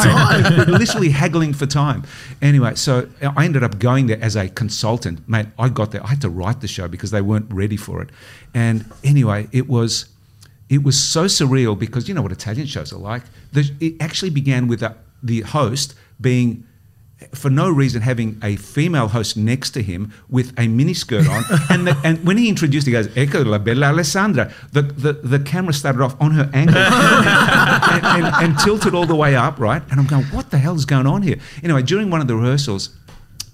D: We're (laughs) literally haggling for time. Anyway, so I ended up going there as a consultant. Mate, I got there. I had to write the show because they weren't ready for it. And anyway, it was it was so surreal because you know what Italian shows are like. The, it actually began with a, the host being, for no reason, having a female host next to him with a miniskirt on. and, the, and when he introduced, he goes, Ecco la bella Alessandra. The, the, the camera started off on her ankle and, and, and tilted all the way up, right? And I'm going, what the hell is going on here? Anyway, during one of the rehearsals,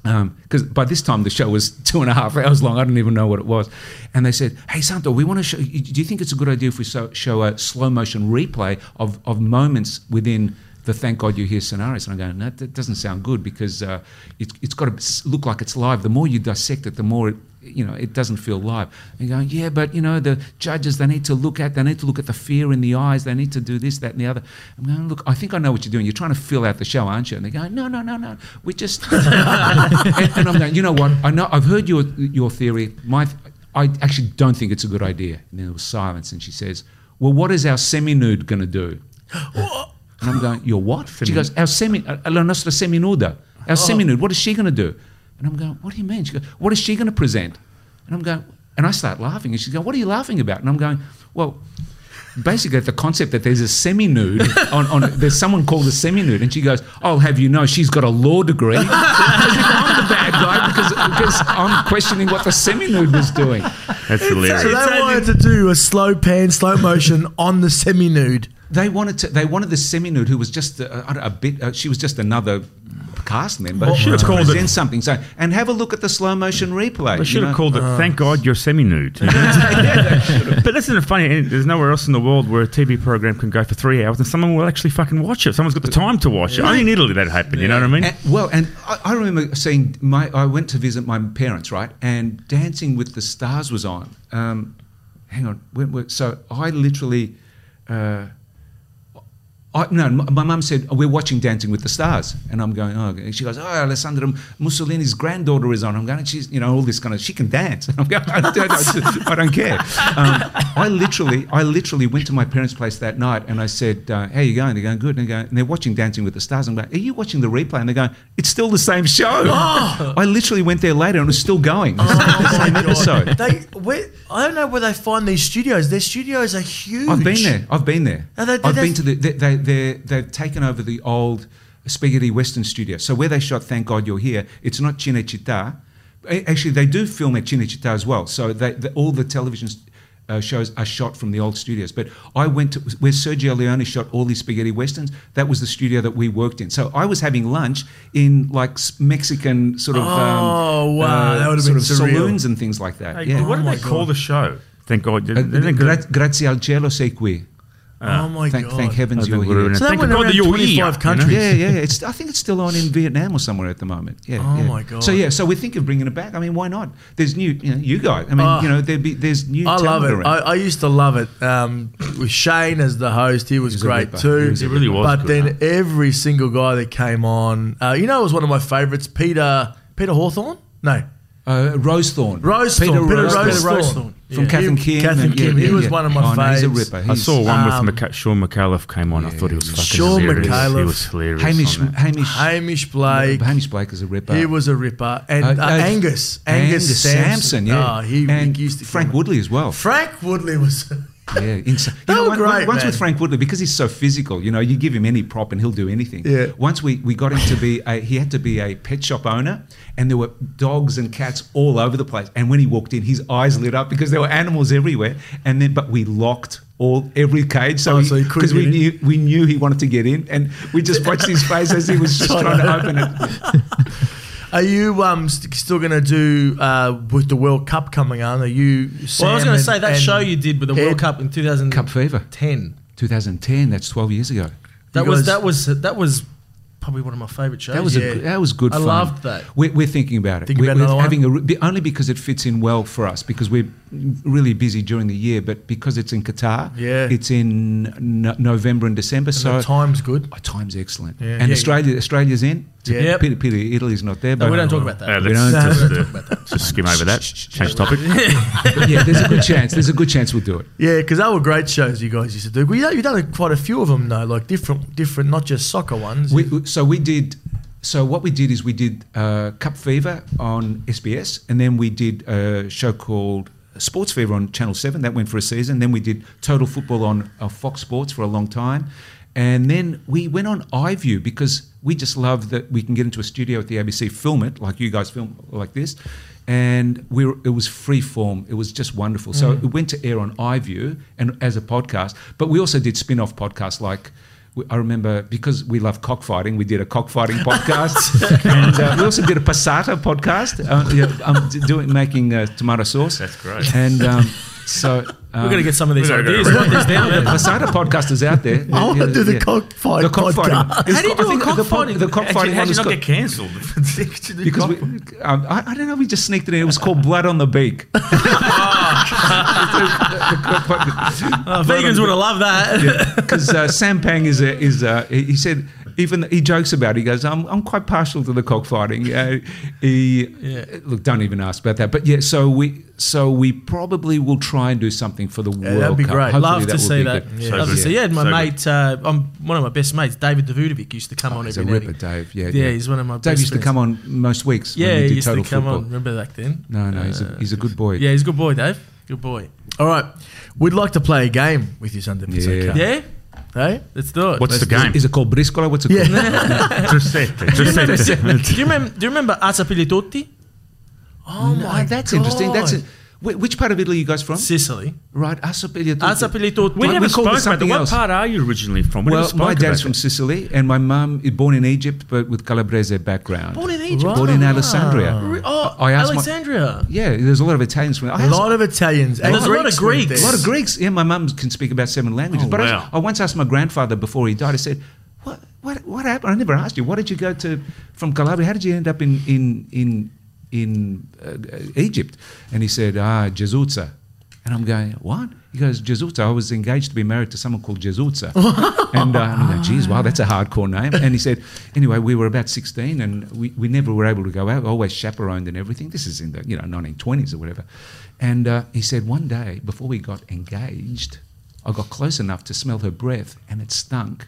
D: because Um, by this time the show was (laughs) two and a half hours long. I didn't even know what it was. And they said, "Hey Santo, we want to show. Do you think it's a good idea if we so, show a slow motion replay of of moments within?" The thank God you hear scenarios, and I'm going. No, that doesn't sound good because uh, it's it's got to look like it's live. The more you dissect it, the more it you know, it doesn't feel live. And you're going, yeah, but you know, the judges, they need to look at, they need to look at the fear in the eyes, they need to do this, that, and the other. I'm going, look, I think I know what you're doing. You're trying to fill out the show, aren't you? And they're going, no, no, no, no. We just, and, and I'm going, you know what? I know, I've heard your your theory. My, th- I actually don't think it's a good idea. And there was silence, and she says, well, what is our semi-nude going to do? And I'm going, your what? She goes, our semi, uh, la nostra seminuda, our seminude. What is she going to do? And I'm going, what do you mean? She goes, what is she going to present? And I'm going, and I start laughing. And she's going, what are you laughing about? And I'm going, well, basically the concept that there's a semi-nude on, on there's someone called a semi-nude, and she goes, I'll have you know, she's got a law degree. I'm the bad guy because, because I'm questioning what the semi-nude was doing.
B: That's hilarious.
A: So they wanted to do a slow pan, slow motion (laughs) on the semi nude.
D: They wanted to. They wanted the semi-nude who was just a, a, a bit. Uh, she was just another cast member.
B: Well, should have
D: to
B: called it-
D: present something. So and have a look at the slow motion replay.
B: I
D: you
B: should have
D: know.
B: called it "Thank God You're Semi-Nude." Uh, (laughs) but isn't it funny? and There's nowhere else in the world where a TV program can go for three hours and someone will actually fucking watch it. Someone's got the time to watch it. Only in Italy that happened. You know what I mean?
D: And, well, and I, I remember seeing my. I went to visit my parents, right? And Dancing with the Stars was on. Um, hang on, when, when, so I literally. Uh, I, no, m- my mum said we're watching Dancing with the Stars, and I'm going. Oh, okay." she goes. Oh, Alessandra Mussolini's granddaughter is on. I'm going. She's, you know, all this kind of. She can dance. (laughs) And I'm going. I don't, I don't care. Um, I literally, I literally went to my parents' place that night, and I said, uh, "How you going?" They're going good, and they're, going, and they're watching Dancing with the Stars. I'm going. Are you watching the replay? And they're going. It's still the same show. I literally went there later, and it's still going. It's still the same episode.
A: They, where, I don't know where they find these studios. Their studios are huge.
D: I've been there. I've been there.
A: No, they- they-
D: I've been
A: that's-
D: to the. They, they, they, they've taken over the old Spaghetti Western studio. So where they shot Thank God You're Here, it's not Cinecittà. A- Actually, they do film at Cinecittà as well. So they, the, all the television uh, shows are shot from the old studios. But I went to where Sergio Leone shot all these Spaghetti Westerns. That was the studio that we worked in. So I was having lunch in like s- Mexican sort of.
A: Oh,
D: um,
A: wow, that would've
D: sort
A: been
D: of
A: surreal.
D: saloons and things like that.
B: Hey,
A: Oh
D: yeah.
B: What do they call the show? Thank God.
D: Uh,
B: they didn't go-
D: gra- grazie al cielo sei qui.
A: oh my
D: Thank,
A: god!
D: thank heavens
B: Oh, they
D: you're
B: would've
D: here.
B: been-
A: So they
B: Thank
A: went
B: God
A: around
B: that you're here,
A: twenty
B: you know?
A: five countries.
D: Yeah, yeah, yeah.
A: (laughs)
D: It's, I think it's still on in Vietnam or somewhere at the moment. Yeah.
A: Oh
D: yeah.
A: my God.
D: So yeah, so we're thinking of bringing it back. I mean, why not? There's new, you know, you guys. I mean,
A: Ah.
D: you know, there be there's new.
A: I love
D: talent
A: it. I,
D: around.
A: I used to love it. Um, with Shane as the host, he was
D: a
A: great
D: ripper.
A: too.
D: He was a
B: He really ripper. was
A: But
B: good,
A: then
B: huh?
A: every single guy that came on, uh, you know, it was one of my favorites. Peter Peter Hawthorne? No,
D: uh, Rosethorne.
A: Rosethorne. Peter Rosethorne.
D: From
A: Yeah.
D: Catherine
A: He-
D: Kim.
A: Catherine
D: and- yeah,
A: Kim. He
D: yeah,
A: was
D: yeah.
A: one of my
D: oh, no, he's a
A: faves.
D: ripper.
B: I
D: He's- uh,
B: saw one
A: um,
B: with Maca- Sean McAuliffe came on. I thought he was fucking
A: Sean
B: hilarious. He
A: McAuliffe.
B: was hilarious.
D: Hamish.
B: on that.
D: Hamish. uh,
A: Hamish Blake.
D: Hamish Blake is a ripper.
A: He was a ripper, and uh,
D: Uh, uh,
A: Angus, Angus, Sampson.
D: yeah,
A: Oh, he,
D: and
A: he used to
D: Frank
A: come-
D: Woodley as well.
A: Frank Woodley was. (laughs)
D: Yeah, ins- you
A: They
D: know,
A: were
D: one-
A: great,
D: once
A: man.
D: with Frank Woodley because he's so physical. You know, you give him any prop and he'll do anything.
A: Yeah.
D: Once we, we got him to be a, he had to be a pet shop owner, and there were dogs and cats all over the place. And when he walked in, his eyes lit up because there were animals everywhere. And then, but we locked all every cage so
A: Oh, so he couldn't
D: because we
A: get in.
D: knew we knew he wanted to get in, and we just watched his face as he
A: (laughs)
D: was just trying to open it.
A: Are you um st- still going to do uh, with the World Cup coming on? Are you? Sam
C: well, I was going
A: and-
C: to say that
A: and
C: show you did with the
A: Ed-
C: World Cup in 2010.
D: Cup fever, 2010. That's 12 years ago.
C: That
A: You
C: was
A: guys-
C: that was that was probably one of my favorite shows.
D: That was
A: Yeah.
D: a, that was good.
C: I
D: fun.
C: loved that.
D: We're, we're thinking about it.
A: Think
D: we're
A: about another
D: we're
A: one?
D: having a re- be- only because it fits in well for us because we're really busy during the year, but because it's in Qatar,
A: Yeah.
D: it's in no- November and December. so
A: The time's good.
D: our time's excellent.
A: Yeah.
D: And
A: Yeah.
D: Australia, Australia's in.
A: Yeah.
D: Pity- Pity, pity Italy's not there.
C: No,
D: but
C: we don't talk about that.
B: Uh,
D: We
B: let's
D: don't-
B: just, uh, just skim over that. Change
D: (laughs)
B: topic.
D: But yeah, there's a good chance. There's a good chance we'll do it.
A: Yeah, because they were great shows you guys used to do. Well, you know, you've done quite a few of them though, like different, different, not just soccer ones.
D: We, we- so we did. So what we did is we did uh, Cup Fever on SBS, and then we did a show called Sports Fever on Channel Seven. That went for a season. Then we did Total Football on uh, Fox Sports for a long time, and then we went on iView because we just love that we can get into a studio at the ABC, film it like you guys film like this, and we were, it was free form. It was just wonderful. So it went to air on iView and as a podcast, but we also did spin off podcasts like. We- I remember because we love cockfighting, we did a cockfighting podcast, and uh, we also did a passata um, podcast. Uh, yeah, I'm d- doing making uh, tomato sauce. That's
B: great.
D: And um, so
C: We're going to get some of these
B: gotta go.
C: ideas. Write this down,
D: The
C: man.
D: Posada podcasters out there.
A: I wanna do the cockfight
D: The cockfighting.
A: podcast.
D: It's
C: How do you
D: co-
C: do a
D: I think the
C: cockfighting?
D: The cockfighting
B: How
D: one
B: did
D: is
B: you not
D: co-
B: get cancelled?
D: because we, um, I, I don't know. We just sneaked it in. It was called Blood on the Beak. (laughs)
C: Uh, vegans would have loved that.
D: because uh, Sam Pang is a, is a, he he said even he jokes about it. he goes I'm, I'm quite partial to the cockfighting. Uh, he look don't even ask about that. But yeah, so we so we probably will try and do something for the World
A: that'd be
D: Cup.
A: great.
D: Hopefully
C: Love to
D: will
C: see
D: be
C: that.
D: good.
C: Love to
B: good.
C: see. Yeah, my
B: So good.
C: mate, uh, I'm one of my best mates, David Davudovic, used to come on
D: Oh, He's
C: every
D: a
C: now and
D: ripper,
C: again.
D: Dave. Yeah,
C: Yeah, he's one of my
D: Dave
C: best
D: used to
C: friends.
D: come on most weeks.
C: Yeah,
D: when we
C: he
D: did
C: used to
D: Total
C: come
D: football.
C: on. Remember back then?
D: No, no, he's a, he's a good boy.
C: Yeah, he's a good boy, Dave. Good boy.
A: All right, we'd like to play a game with you, Sunday. If it's
D: Yeah.
A: okay.
C: Yeah,
A: Hey?
C: let's do it.
B: What's the game?
D: Is it called briscola? What's it called?
A: Yeah.
B: Giuseppe.
D: (laughs)
C: do you remember? Do you remember Azzapilli Tutti?
D: Oh my, that's interesting. That's a, wh- which part of Italy are you guys from?
C: Sicily.
D: Right, Asapiglia.
C: Azzapilli Tutti.
B: We
D: We
B: never
D: called it
B: spoke about that.
D: something
B: What
D: else.
B: part are you originally from? We never
D: Well,
B: spoke
D: my
B: about
D: dad's from
B: that.
D: Sicily, and my mum is born in Egypt, but with Calabrese background.
C: Born in Egypt.
D: Born in Alexandria.
C: Oh,
D: I asked my-
C: Alexandria.
D: Yeah, there's a lot of Italians from. I
A: A
D: asked-
A: lot of Italians and
C: There's a lot of
A: went
C: Greeks.
A: there.
D: a lot of Greeks. Yeah, my mum can speak about seven languages.
B: Oh,
D: but I,
B: wow.
D: I once asked my grandfather before he died. I said, "What? What? What happened? I never asked you. Why did you go to from Calabria? How did you end up in in in in uh, uh, Egypt?" And he said, "Ah, Jesuza." And I'm going, "What?" He goes, "Jesuza. I was engaged to be married to someone called Jesuza." and uh, I'm going, "Geez, wow, that's a hardcore name." And he said, "Anyway, we were about 16, and we, we never were able to go out. Always chaperoned and everything. This is in the you know 1920s or whatever." And uh, he said, one day before we got engaged, I got close enough to smell her breath, and it stunk.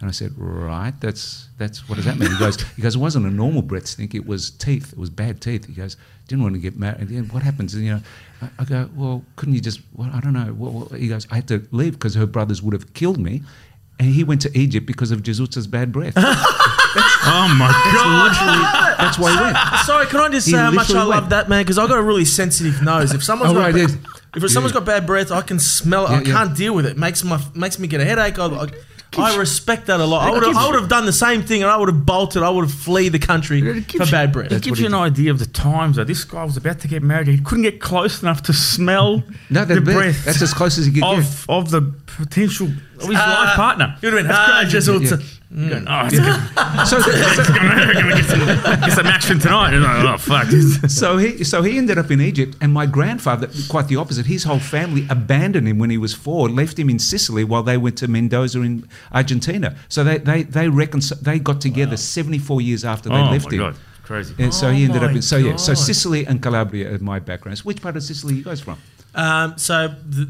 D: And I said, right, that's that's what does that mean? He goes, he goes, it wasn't a normal breath stink. It was teeth. It was bad teeth. He goes, didn't want to get married. And then what happens? And, you know, I, I go, well, couldn't you just? Well, I don't know. Well, well, he goes, I had to leave because her brothers would have killed me. And he went to Egypt because of Jesuza's bad breath. That's
B: Oh my god!
D: why he went.
C: Sorry, can I just
D: He
C: say how much I
D: literally
C: love
D: went.
C: that man? Because I got a really sensitive nose. If someone's
D: Oh,
C: got
D: right,
C: ba-
D: yes.
C: if someone's got bad breath, I can smell it. I
D: Yeah, yeah.
C: can't deal with it. Makes my makes me get a headache. I, I, I respect that a lot. I would have, I would have done the same thing, and I would have bolted. I would have fled the country
B: It
C: for
B: gives you-
C: bad breath.
B: It gives you an idea of the times. Though this guy was about to get married, he couldn't get close enough to smell
D: No,
B: the
D: that breath,
B: breath Oh,
D: That's as close as he could get.
B: of of the potential of his
C: Ah,
B: life partner.
C: He would have been ah, just all
D: Yeah.
B: Going, (laughs) oh, it's so, I'm gonna get some, get some action tonight. And I'm like, oh fuck!
D: so he so he ended up in Egypt, and my grandfather, quite the opposite, his whole family abandoned him when he was four, left him in Sicily while they went to Mendoza in Argentina. So they they they reconcil- they got together 74 years after they
B: oh
D: left
B: my
D: him.
B: god, crazy.
D: And so
C: Oh,
D: he ended up in so yeah so
A: God.
D: Sicily and Calabria are my backgrounds. Which part of Sicily are you guys from?
C: Um, so the,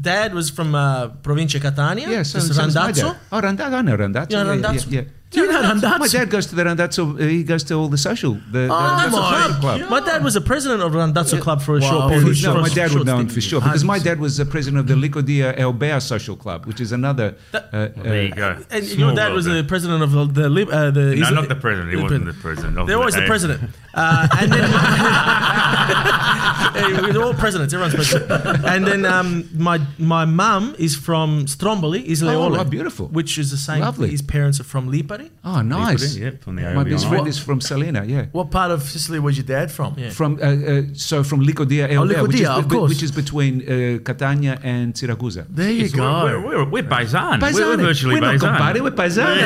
C: dad was from uh, Provincia Catania.
D: Yeah, so,
C: This is
D: so is my
C: Randazzo.
D: dad. Oh, Randazzo, I know Randazzo.
C: You know
D: Yeah,
C: Randazzo?
D: Yeah, yeah.
A: Do you know Randazzo?
D: My dad goes to the Randazzo. uh, He goes to all the social.
C: Oh,
D: The, the Randazzo social club.
C: Ah, My dad was the president of Randazzo Club for a short
D: Oh,
C: period. of
D: no,
C: time.
D: my dad would know him
C: stint.
D: for sure because my dad was the president of the Licodia Elbea Social Club, which is another.
C: That-
D: uh,
B: There
D: uh,
B: you go.
C: And your
B: Small
C: dad
B: world,
C: was
B: eh?
C: the president of the the, lib- uh, the
B: No,
C: Isla-
B: not the president. He wasn't the president. of
C: They're always the
B: eh?
C: president. Uh, and then (laughs) Hey, we're all presidents. Everyone's president. And then um, my my mum is from Stromboli, Isleole.
D: Oh, oh, beautiful.
C: Which is the same.
D: Lovely.
C: His parents are from Lipari.
D: Oh, nice.
B: Licodia, yep, on the
D: my
B: Aeolian
D: best friend
B: Island.
D: is from Salina, yeah.
A: What part of Sicily was your dad from?
C: Yeah.
D: From uh, uh, so from Licodia Elbea, which, is,
A: Licodia, of
D: be-
A: course.
D: which is between uh, Catania and Siracusa.
A: There you
B: Yes,
A: go.
B: We're, we're, we're, we're Baizan. We're, we're
D: Paisani.
B: virtually
D: We're not
B: Baizan.
D: compadre, we're Paisani.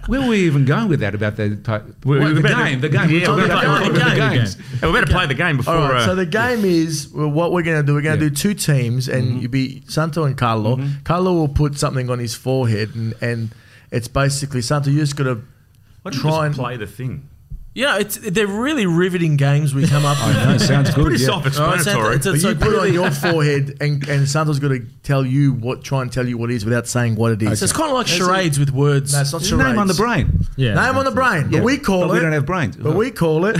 D: (laughs) Where were we even going with that about the, part-
B: We-
D: What,
B: we
D: the
B: better-
D: game? The game.
B: Yeah, we're
D: we're talking about
B: talking
D: the,
B: about the
D: games.
B: Hey, we better play the game before.
A: All right.
B: uh,
A: so the game is well, what we're going to do. We're going to
D: Yeah.
A: do two teams, and you be Santo and Carlo. Carlo will put something on his forehead, and, and it's basically Santo. You just got to
B: why don't you
A: try
B: just
A: and
B: play the thing.
C: Yeah, it's they're really riveting games we come up with.
D: No, sounds good.
B: (laughs) Pretty
D: yeah.
C: All right, so
B: self-explanatory.
C: it's a-
A: But
C: it's a
A: you put it on
C: really-
A: your forehead, and, and Santo's got to tell you what, try and tell you what it is without saying what it is.
C: So it's kind of like
A: That's
C: charades with words.
A: No, it's not
D: It's a name on the
A: charades.
D: brain.
H: Yeah.
A: Name on the brain.
D: Yeah.
A: But we call
D: But
A: it.
D: we don't have brains.
A: But we call (laughs) it.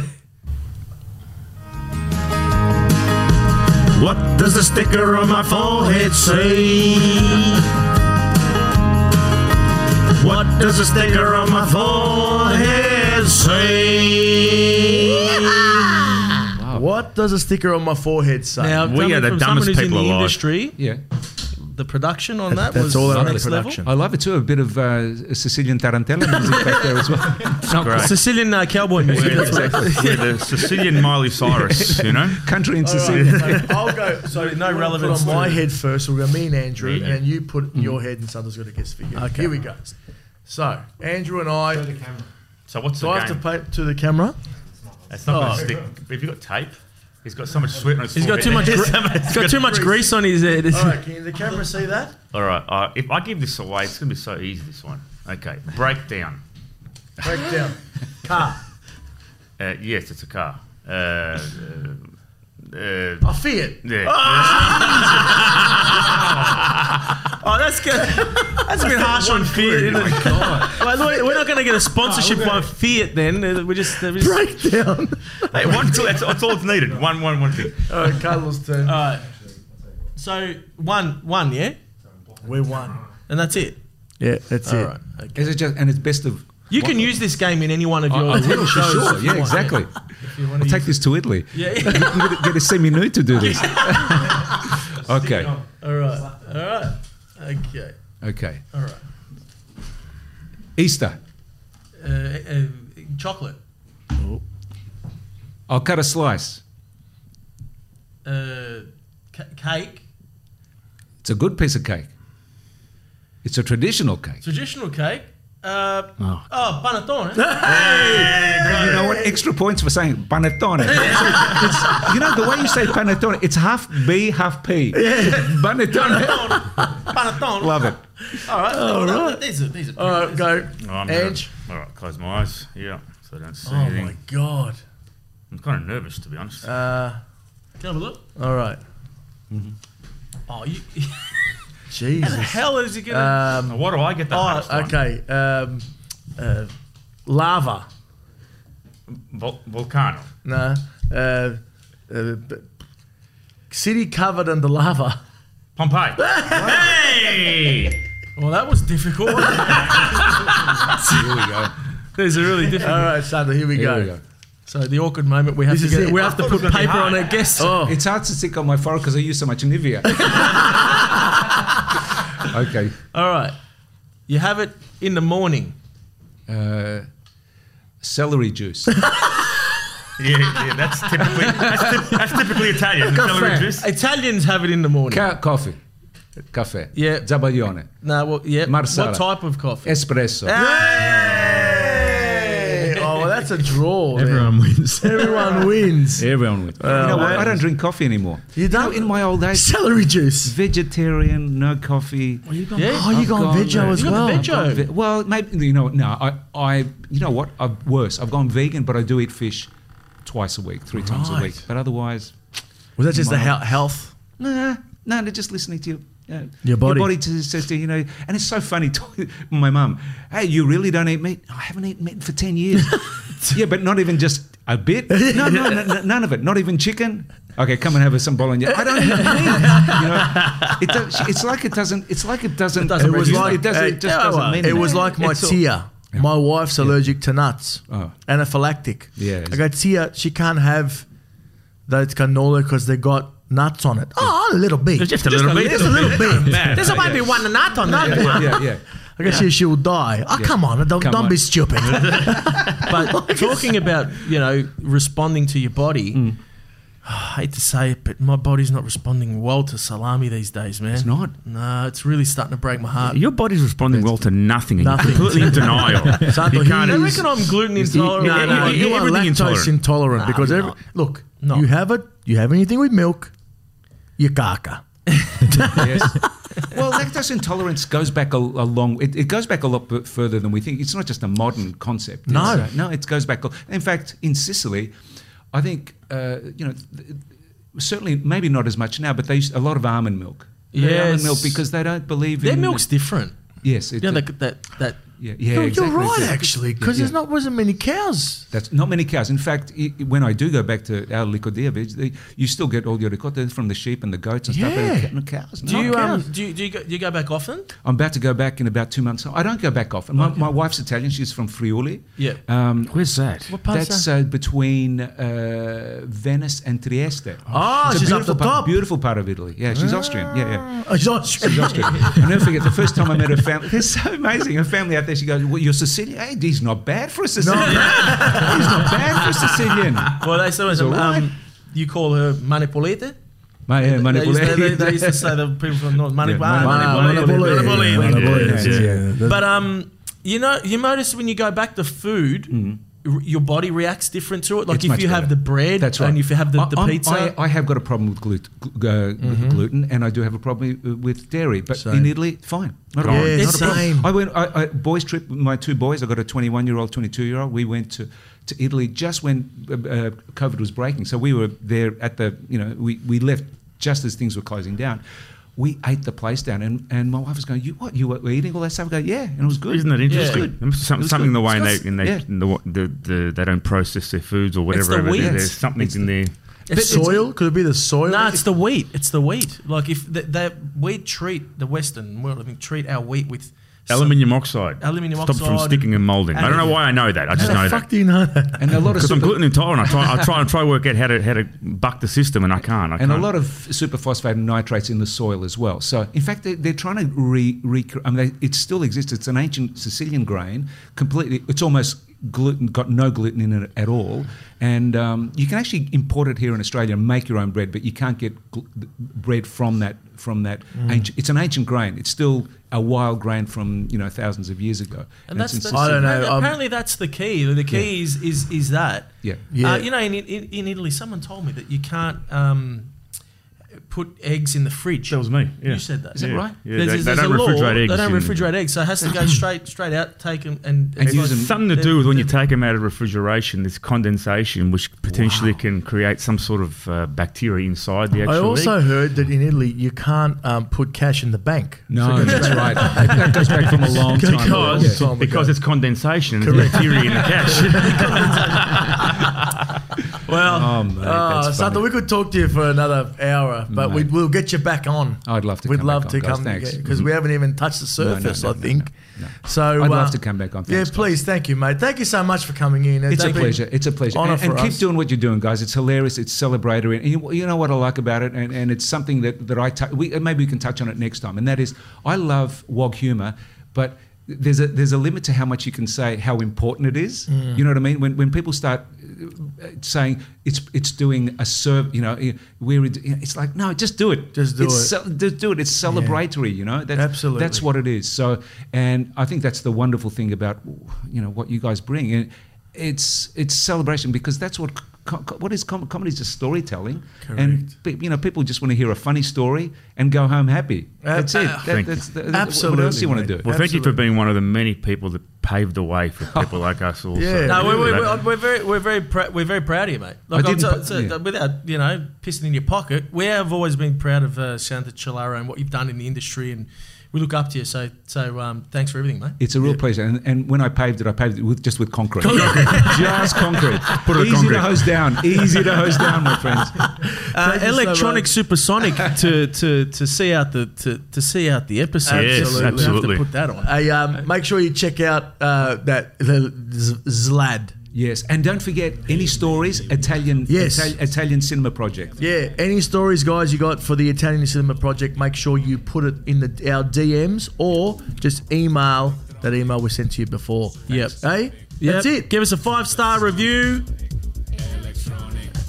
I: What does the sticker on my forehead say? What does the sticker on my forehead say?
A: Oh. What does a sticker on my forehead say?
C: Now,
B: We
C: coming
B: are the
C: from
B: dumbest
C: someone who's in
B: people
C: the
B: alive.
C: industry.
D: Yeah.
C: the production on that
A: that's
C: was
A: all around the
C: next level.
A: production.
D: I love it too. A bit of uh, Sicilian tarantella music back there as well.
C: (laughs)
D: (laughs)
B: Great.
C: (laughs) Sicilian uh, cowboy music. that's what it
B: Exactly. We're the Sicilian Miley Cyrus, you know?
D: Country in Sicily.
A: (laughs)
C: (laughs)
A: I'll go. So
C: no
A: we'll
C: relevance
A: Put on my
C: to-
A: head first. We'll go me and Andrew,
B: Yeah.
A: and then you put your head, and Sutherland's got a guess for you.
C: Mm. Okay.
A: Here we go. So Andrew and I.
B: So what's
A: Do
B: the
A: I
B: game?
A: have to play to the camera?
B: It's not going
A: Oh.
B: to stick. If you've got tape, he's got so much sweat on his
C: He's got too
B: (laughs)
C: much.
B: forehead.
C: Gre- he's got too much grease on his head.
A: All right. Can the camera see that?
B: All right. Uh, if I give this away, it's going to be so easy, this one. Okay. Breakdown.
A: Break down. Car.
B: Uh, yes, it's a car. Uh, uh, uh,
A: I fear it.
B: yeah.
C: Oh, that's
D: (laughs)
C: good. That's a bit harsh on Fiat. Isn't it? (laughs) Well, look, we're not going to get a sponsorship by Fiat. Then Uh, we're just. We're just
A: Breakdown.
B: Hey, one, two, that's, that's all it's needed. One, one, one thing.
A: All right,
D: (laughs)
A: Carlos' turn.
C: All right. So one, one, yeah,
A: we won.
C: and that's it.
A: Yeah, that's
C: All
A: it.
C: right. Okay.
D: Is it just, and it's best of.
C: You can use this game in any one of
D: I,
C: your
D: I will, for
C: shows.
D: sure.
C: if you
D: Yeah,
C: want.
D: exactly. I'll take this to Italy.
C: Yeah.
D: (laughs)
C: (laughs)
D: You can get a, get a semi nude to do this. (laughs) okay.
C: All right. All right. Okay.
D: Okay.
C: All right.
D: Easter.
C: Uh, uh, chocolate.
D: I'll cut a slice.
C: Uh, ca- cake.
D: It's a good piece of cake. It's a traditional cake.
C: Traditional cake. Uh, oh. panettone. eh?
D: (laughs) You know what? Extra points for saying
C: (laughs)
D: panettone. It's- you know the way you say panettone. It's half B, half P. Panettone.
C: panettone.
D: Love it.
C: All right. All right. These are these are.
A: All right, go.
B: Oh, I'm gonna-
A: Edge.
B: all right, close my eyes. Yeah, so I don't see
A: Oh
B: anything.
A: my god.
B: I'm kind of nervous, to be honest.
A: Uh,
C: Can I have a look?
A: all right.
C: Oh, you, (laughs)
A: Jesus.
C: hell is he gonna?
A: Um,
B: Now, why do I get the
A: oh,
B: hardest one?
A: okay. Um, uh, lava.
B: Vol- volcano.
A: No. Uh, uh, b- city covered under lava. (laughs)
B: Pompeii. hey!
C: Well, that was difficult.
D: Here we go.
C: These are really difficult.
A: All right, Sander, here we
D: Here
A: go.
D: we go.
C: So (laughs) the awkward moment we have
A: This
C: to
A: is
C: get,
A: it.
C: we
A: I
C: have to
B: thought it
C: put
B: was gonna be
C: paper on
B: hard.
C: it. Guess.
A: Oh,
D: It's hard to stick on my forehead because I use so much Nivea. (laughs) okay.
C: All right, you have it in the morning.
D: Uh, celery juice.
B: Yeah, yeah, that's typically that's, typ- that's typically Italian. Celery juice.
C: Italians have it in the morning.
D: Ca- coffee. Caffè.
C: Yeah.
D: Zabaglione.
C: no, well, yeah.
D: Marsala.
C: What type of coffee?
D: Espresso.
A: Hey! oh well, that's a draw. then.
H: Everyone wins.
A: Everyone wins.
H: Everyone wins.
D: you know what? I don't drink coffee anymore.
A: You don't
D: In my old age,
A: celery juice.
D: vegetarian, no coffee.
C: Yeah.
A: Oh, you
D: I've
A: gone
D: gone
A: veggie
D: there.
A: as
C: You got the
A: well.
C: veggie.
D: I've gone ve- well, maybe you know. what? No, I, I, you know what? I'm worse. I've gone vegan, but I do eat fish twice a week, three times a week.
A: Right.
D: But otherwise,
A: Was that just the
D: My-
A: hel- health?
D: nah, nah. They're just listening to you. uh,
A: Your body.
D: your body to, says to you know, and it's so funny. (laughs) To my mum, hey, you really don't eat meat? I haven't eaten meat for ten years. yeah, but not even just a bit. No, no, no, no, none of it. Not even chicken. Okay, come and have us some bolognese. I don't eat meat. You know, it does, it's like it doesn't. It's like it doesn't. It
C: doesn't
A: It was like
D: it doesn't.
A: uh,
D: It just doesn't mean
A: It was
D: anything.
A: like my
D: It's all-
A: tia. My wife's allergic to nuts.
D: Oh.
A: Anaphylactic.
D: Yeah.
A: I go tia. She can't have those canola because they got nuts on it. Oh, a little bit.
B: Just a little bit.
A: Just a little bit.
B: Man,
C: There's might be one and not on that one.
D: yeah, yeah.
A: I guess she, she will die. Oh, come on. Don't,
D: Come
A: don't
D: on.
A: be stupid.
C: (laughs) (laughs) But talking about you know responding to your body,
A: Mm.
C: (sighs) I hate to say it, but my body's not responding well to salami these days, man. It's
D: not.
C: No, it's really starting to break my heart.
B: Your body's responding well to nothing. and You're
A: Nothing.
B: completely in denial.
A: Santo,
B: You can't
A: he
C: I
A: is-
C: reckon I'm gluten
A: No,
C: intolerant.
A: no,
B: Yeah,
A: you,
B: yeah,
A: are
B: everything
A: lactose
B: intolerant.
A: intolerant because
C: I'm
A: every,
C: not.
A: look,
C: No.
A: you have it. You have anything with milk, you caca.
D: Yes. well, lactose intolerance goes back a, a long. It, it goes back a lot bit further than we think. It's not just a modern concept. It's,
A: No.
D: uh, no, it goes back. a- In fact, in Sicily, I think uh, you know, th- certainly maybe not as much now, but they used a lot of almond milk. They had almond
C: Yes.
D: milk because they don't believe
C: Their
D: in
C: milk's different.
D: Yes, it,
C: You know that that that
D: Yeah, yeah,
A: You're,
D: exactly.
A: you're right,
D: exactly.
A: actually, because
D: Yeah,
A: there's not wasn't many cows.
D: That's not many cows. In fact, i i- when I do go back to our Licodia veg, they, you still get all your ricotta from the sheep and the goats and
A: Yeah.
D: stuff. But the cows.
C: Do
D: no.
C: you um do you, do you go, do you go back often?
D: I'm about to go back in about two months. I don't go back often. My, my wife's Italian. She's from Friuli.
C: Yeah.
D: Um,
B: Where's that?
C: What part's
D: that's uh, between uh, Venice and Trieste.
A: Ah,
D: It's a
A: she's up the
D: beautiful part-
A: top.
D: Beautiful part of Italy. Yeah, she's Austrian. Yeah, yeah.
A: Oh, she's Austrian.
C: Ah.
D: I'll never forget the first time I met her family. They're so amazing. Her family out there, she goes, Well, you're Sicilian? Hey, he's not bad for a Sicilian. he's not bad for a
C: (laughs)
D: Sicilian.
C: Well, they so um,
D: alright.
C: um, you call her manipulete.
D: My, yeah,
C: They used, to, they, they used to (laughs)
D: manipulated.
C: say the people from North
D: Yeah,
C: manipulete.
A: Ah,
C: manipulete.
A: Monopoly.
C: manipulete.
A: Monopoly,
B: Yeah,
A: yeah.
C: But um, you know, you notice when you go back to food, r- your body reacts different to it. Like
D: Mm-hmm. It's
C: if
D: much
C: you have
D: better.
C: the bread,
D: That's right.
C: and if you have the,
D: I-
C: the
D: I'm-
C: pizza, Mm-hmm.
D: I, I have got a problem with gluten, gl- uh, gluten, and I do have a problem uh, with dairy. But
A: Same.
D: in Italy, fine, not
A: Yeah,
D: a problem. not a
A: same.
D: problem. I went I, I, boys trip with my two boys. I got a 21 year old, 22 year old. We went to, to Italy just when uh, uh, COVID was breaking. So we were there at the you know we, we left just as things were closing down. We ate the place down, and, and my wife was going, "You what? You were eating all that stuff?" I go, "Yeah," and it was good.
B: Isn't it interesting?
D: It was good.
B: Some-
D: It was
B: something in
D: good.
B: the way
D: It's
B: they, in they,
D: yeah.
B: in the, wa- the, the, they don't process their foods or whatever.
C: the
B: over there.
C: wheat.
B: There's something in there.
C: It's- it's-
A: soil? Could it be the soil?
C: No, it's the wheat. It's the wheat. Like if th that we treat the Western world, I mean, treat our wheat with
B: Aluminium oxide.
C: Aluminium
B: Stop from
C: oxide
B: sticking and molding. I don't know why I know that. I just
A: How
B: know
A: the
B: that.
A: fuck do you know that?
B: (laughs)
D: And a lot of
B: Because I'm
D: super-
B: gluten intolerant. I try, I try and try to work out how to how to buck the system, and I can't. I
D: and
B: can't.
D: a lot of superphosphate and nitrates in the soil as well. So, in fact, they're, they're trying to re, re I mean, they, it still exists. It's an ancient Sicilian grain, completely. It's almost gluten, got no gluten in it at all. And um, you can actually import it here in Australia and make your own bread, but you can't get gl- bread from that from that. Ancient, it's an ancient grain. It's still a wild grain from you know thousands of years ago.
C: And that's
D: it's in
C: the,
A: I don't know,
C: apparently-
A: um,
C: Apparently, that's the key. The key is, is is that.
D: Yeah.
A: Yeah.
C: Uh, you know, in, in in Italy, someone told me that you can't um, put eggs in the fridge.
B: that was me. Yeah.
C: You said that.
D: Is that
B: Yeah.
D: right?
B: Yeah,
C: There's-
B: they,
C: there's-
B: they
C: there's
B: don't
C: a law,
B: refrigerate eggs.
C: They don't
B: in-
C: refrigerate eggs, so it has to (laughs) go straight straight out, take them, and,
D: And
C: it's
D: use
C: like-
D: them-
B: Something to
C: the-
B: do with when you
C: the-
B: take them out of refrigeration, there's condensation, which potentially can create some sort of uh, bacteria inside the actual
A: I
B: egg.
A: also heard that in Italy you can't um, put cash in the bank.
D: No, that's (laughs) right. That goes back from a long time. ago.
A: Yeah.
B: Because,
A: Time ago.
B: because it's condensation, there's bacteria in the cash.
A: Well,
D: Oh, mate,
A: uh,
D: that's
A: Sato,
D: funny.
A: we could talk to you for another hour, but we,
D: Mate.
A: we'll get you back on.
D: I'd love to
A: We'd
D: come
A: love
D: back
A: to
D: on, guys.
A: come
D: Thanks. Mm-hmm.
A: because we haven't even touched the
D: No, no,
A: surface.
D: no,
A: I
D: no,
A: think
D: no, no.
A: so.
D: I'd
A: uh,
D: love to come back on.
A: Yeah,
D: Thanks, guys.
A: please. Thank you, mate. Thank you so much for coming in.
D: It's a
A: been-
D: pleasure. It's a pleasure.
A: honor
D: And, and
A: for
D: keep
A: us.
D: doing what you're doing, guys. It's hilarious. It's celebratory. And you, you know what I like about it? And, and it's something that, that I tou- we, and maybe we can touch on it next time. And that is, I love WOG humor, but there's a, there's a limit to how much you can say how important it is.
A: Mm.
D: You know what I mean? When, when people start uh, saying it's it's doing a serve, you know, eh, we're, in- it's like, no, just do it.
A: Just do
D: It's
A: it.
D: ce- just do it. It's celebratory, you know? That's,
A: Absolutely.
D: That's what it is. So, and I think that's the wonderful thing about you know what you guys bring, and it's it's celebration because that's what co- co- what is com- comedy is just storytelling, and pe- you know people just want to hear a funny story and go home happy.
A: Uh,
D: That's it.
A: Ab-
D: That-
B: Thank
D: that's the- What else
A: Absolutely,
D: do you want
A: mate.
D: to do?
B: Well, thank you for
A: Absolutely.
B: being one of the many people that paved the way for people like us. Also,
A: Yeah.
C: No, we're, we're,
B: That-
C: we're, we're very we're very prou- we're very proud of you, mate. Like,
D: I
C: I'm so-
D: didn't-
C: so-
D: yeah.
C: without you know pissing in your pocket, we have always been proud of uh, Santa Chilaro and what you've done in the industry, and we look up to you. So so um, thanks for everything, mate.
D: It's a real pleasure, and, and when I paved it, I paved it with just with concrete, (laughs) just concrete. (laughs) Put it easy
B: concrete.
D: to hose down, easy to hose down, my friends.
C: (laughs) Uh,
A: you so
C: electronic
A: much.
C: (laughs) supersonic to, to to see out the to, to see out the episode.
B: Yes,
C: We have to
B: absolutely.
C: put that on.
A: Hey, um, make sure you check out uh, that the Z- Zlad.
D: Yes, and don't forget any stories Italian
A: Yes.
D: Ital- Italian cinema project.
A: Yeah, any stories, guys, you got for the Italian Cinema Project, make sure you put it in the our DMs or just email that email we sent to you before.
C: Yep.
A: Hey?
C: Yep.
A: That's it.
C: Give us a five star review.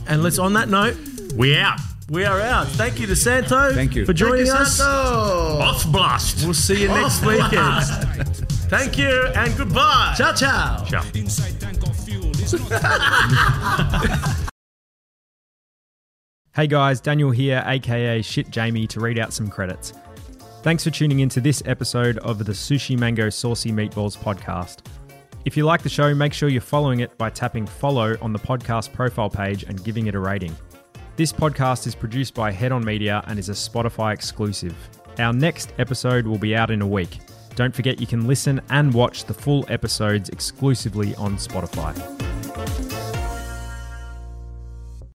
C: And let's on that note,
B: we out.
C: we are out. Thank you to Santo.
D: Thank you.
C: for joining
A: Thank you,
C: us.
A: Santo.
B: Off blast.
C: We'll see you next weekend. Oh, Thank you and goodbye.
A: Ciao, ciao.
B: Ciao.
E: Inside tank of fuel is not
I: Hey guys, Daniel here, aka Shit Jamie, to read out some credits. Thanks for tuning into this episode of the Sushi Mango Saucy Meatballs podcast. If you like the show, make sure you're following it by tapping follow on the podcast profile page and giving it a rating. This podcast is produced by Head On Media and is a Spotify exclusive. Our next episode will be out in a week. Don't forget you can listen and watch the full episodes exclusively on Spotify.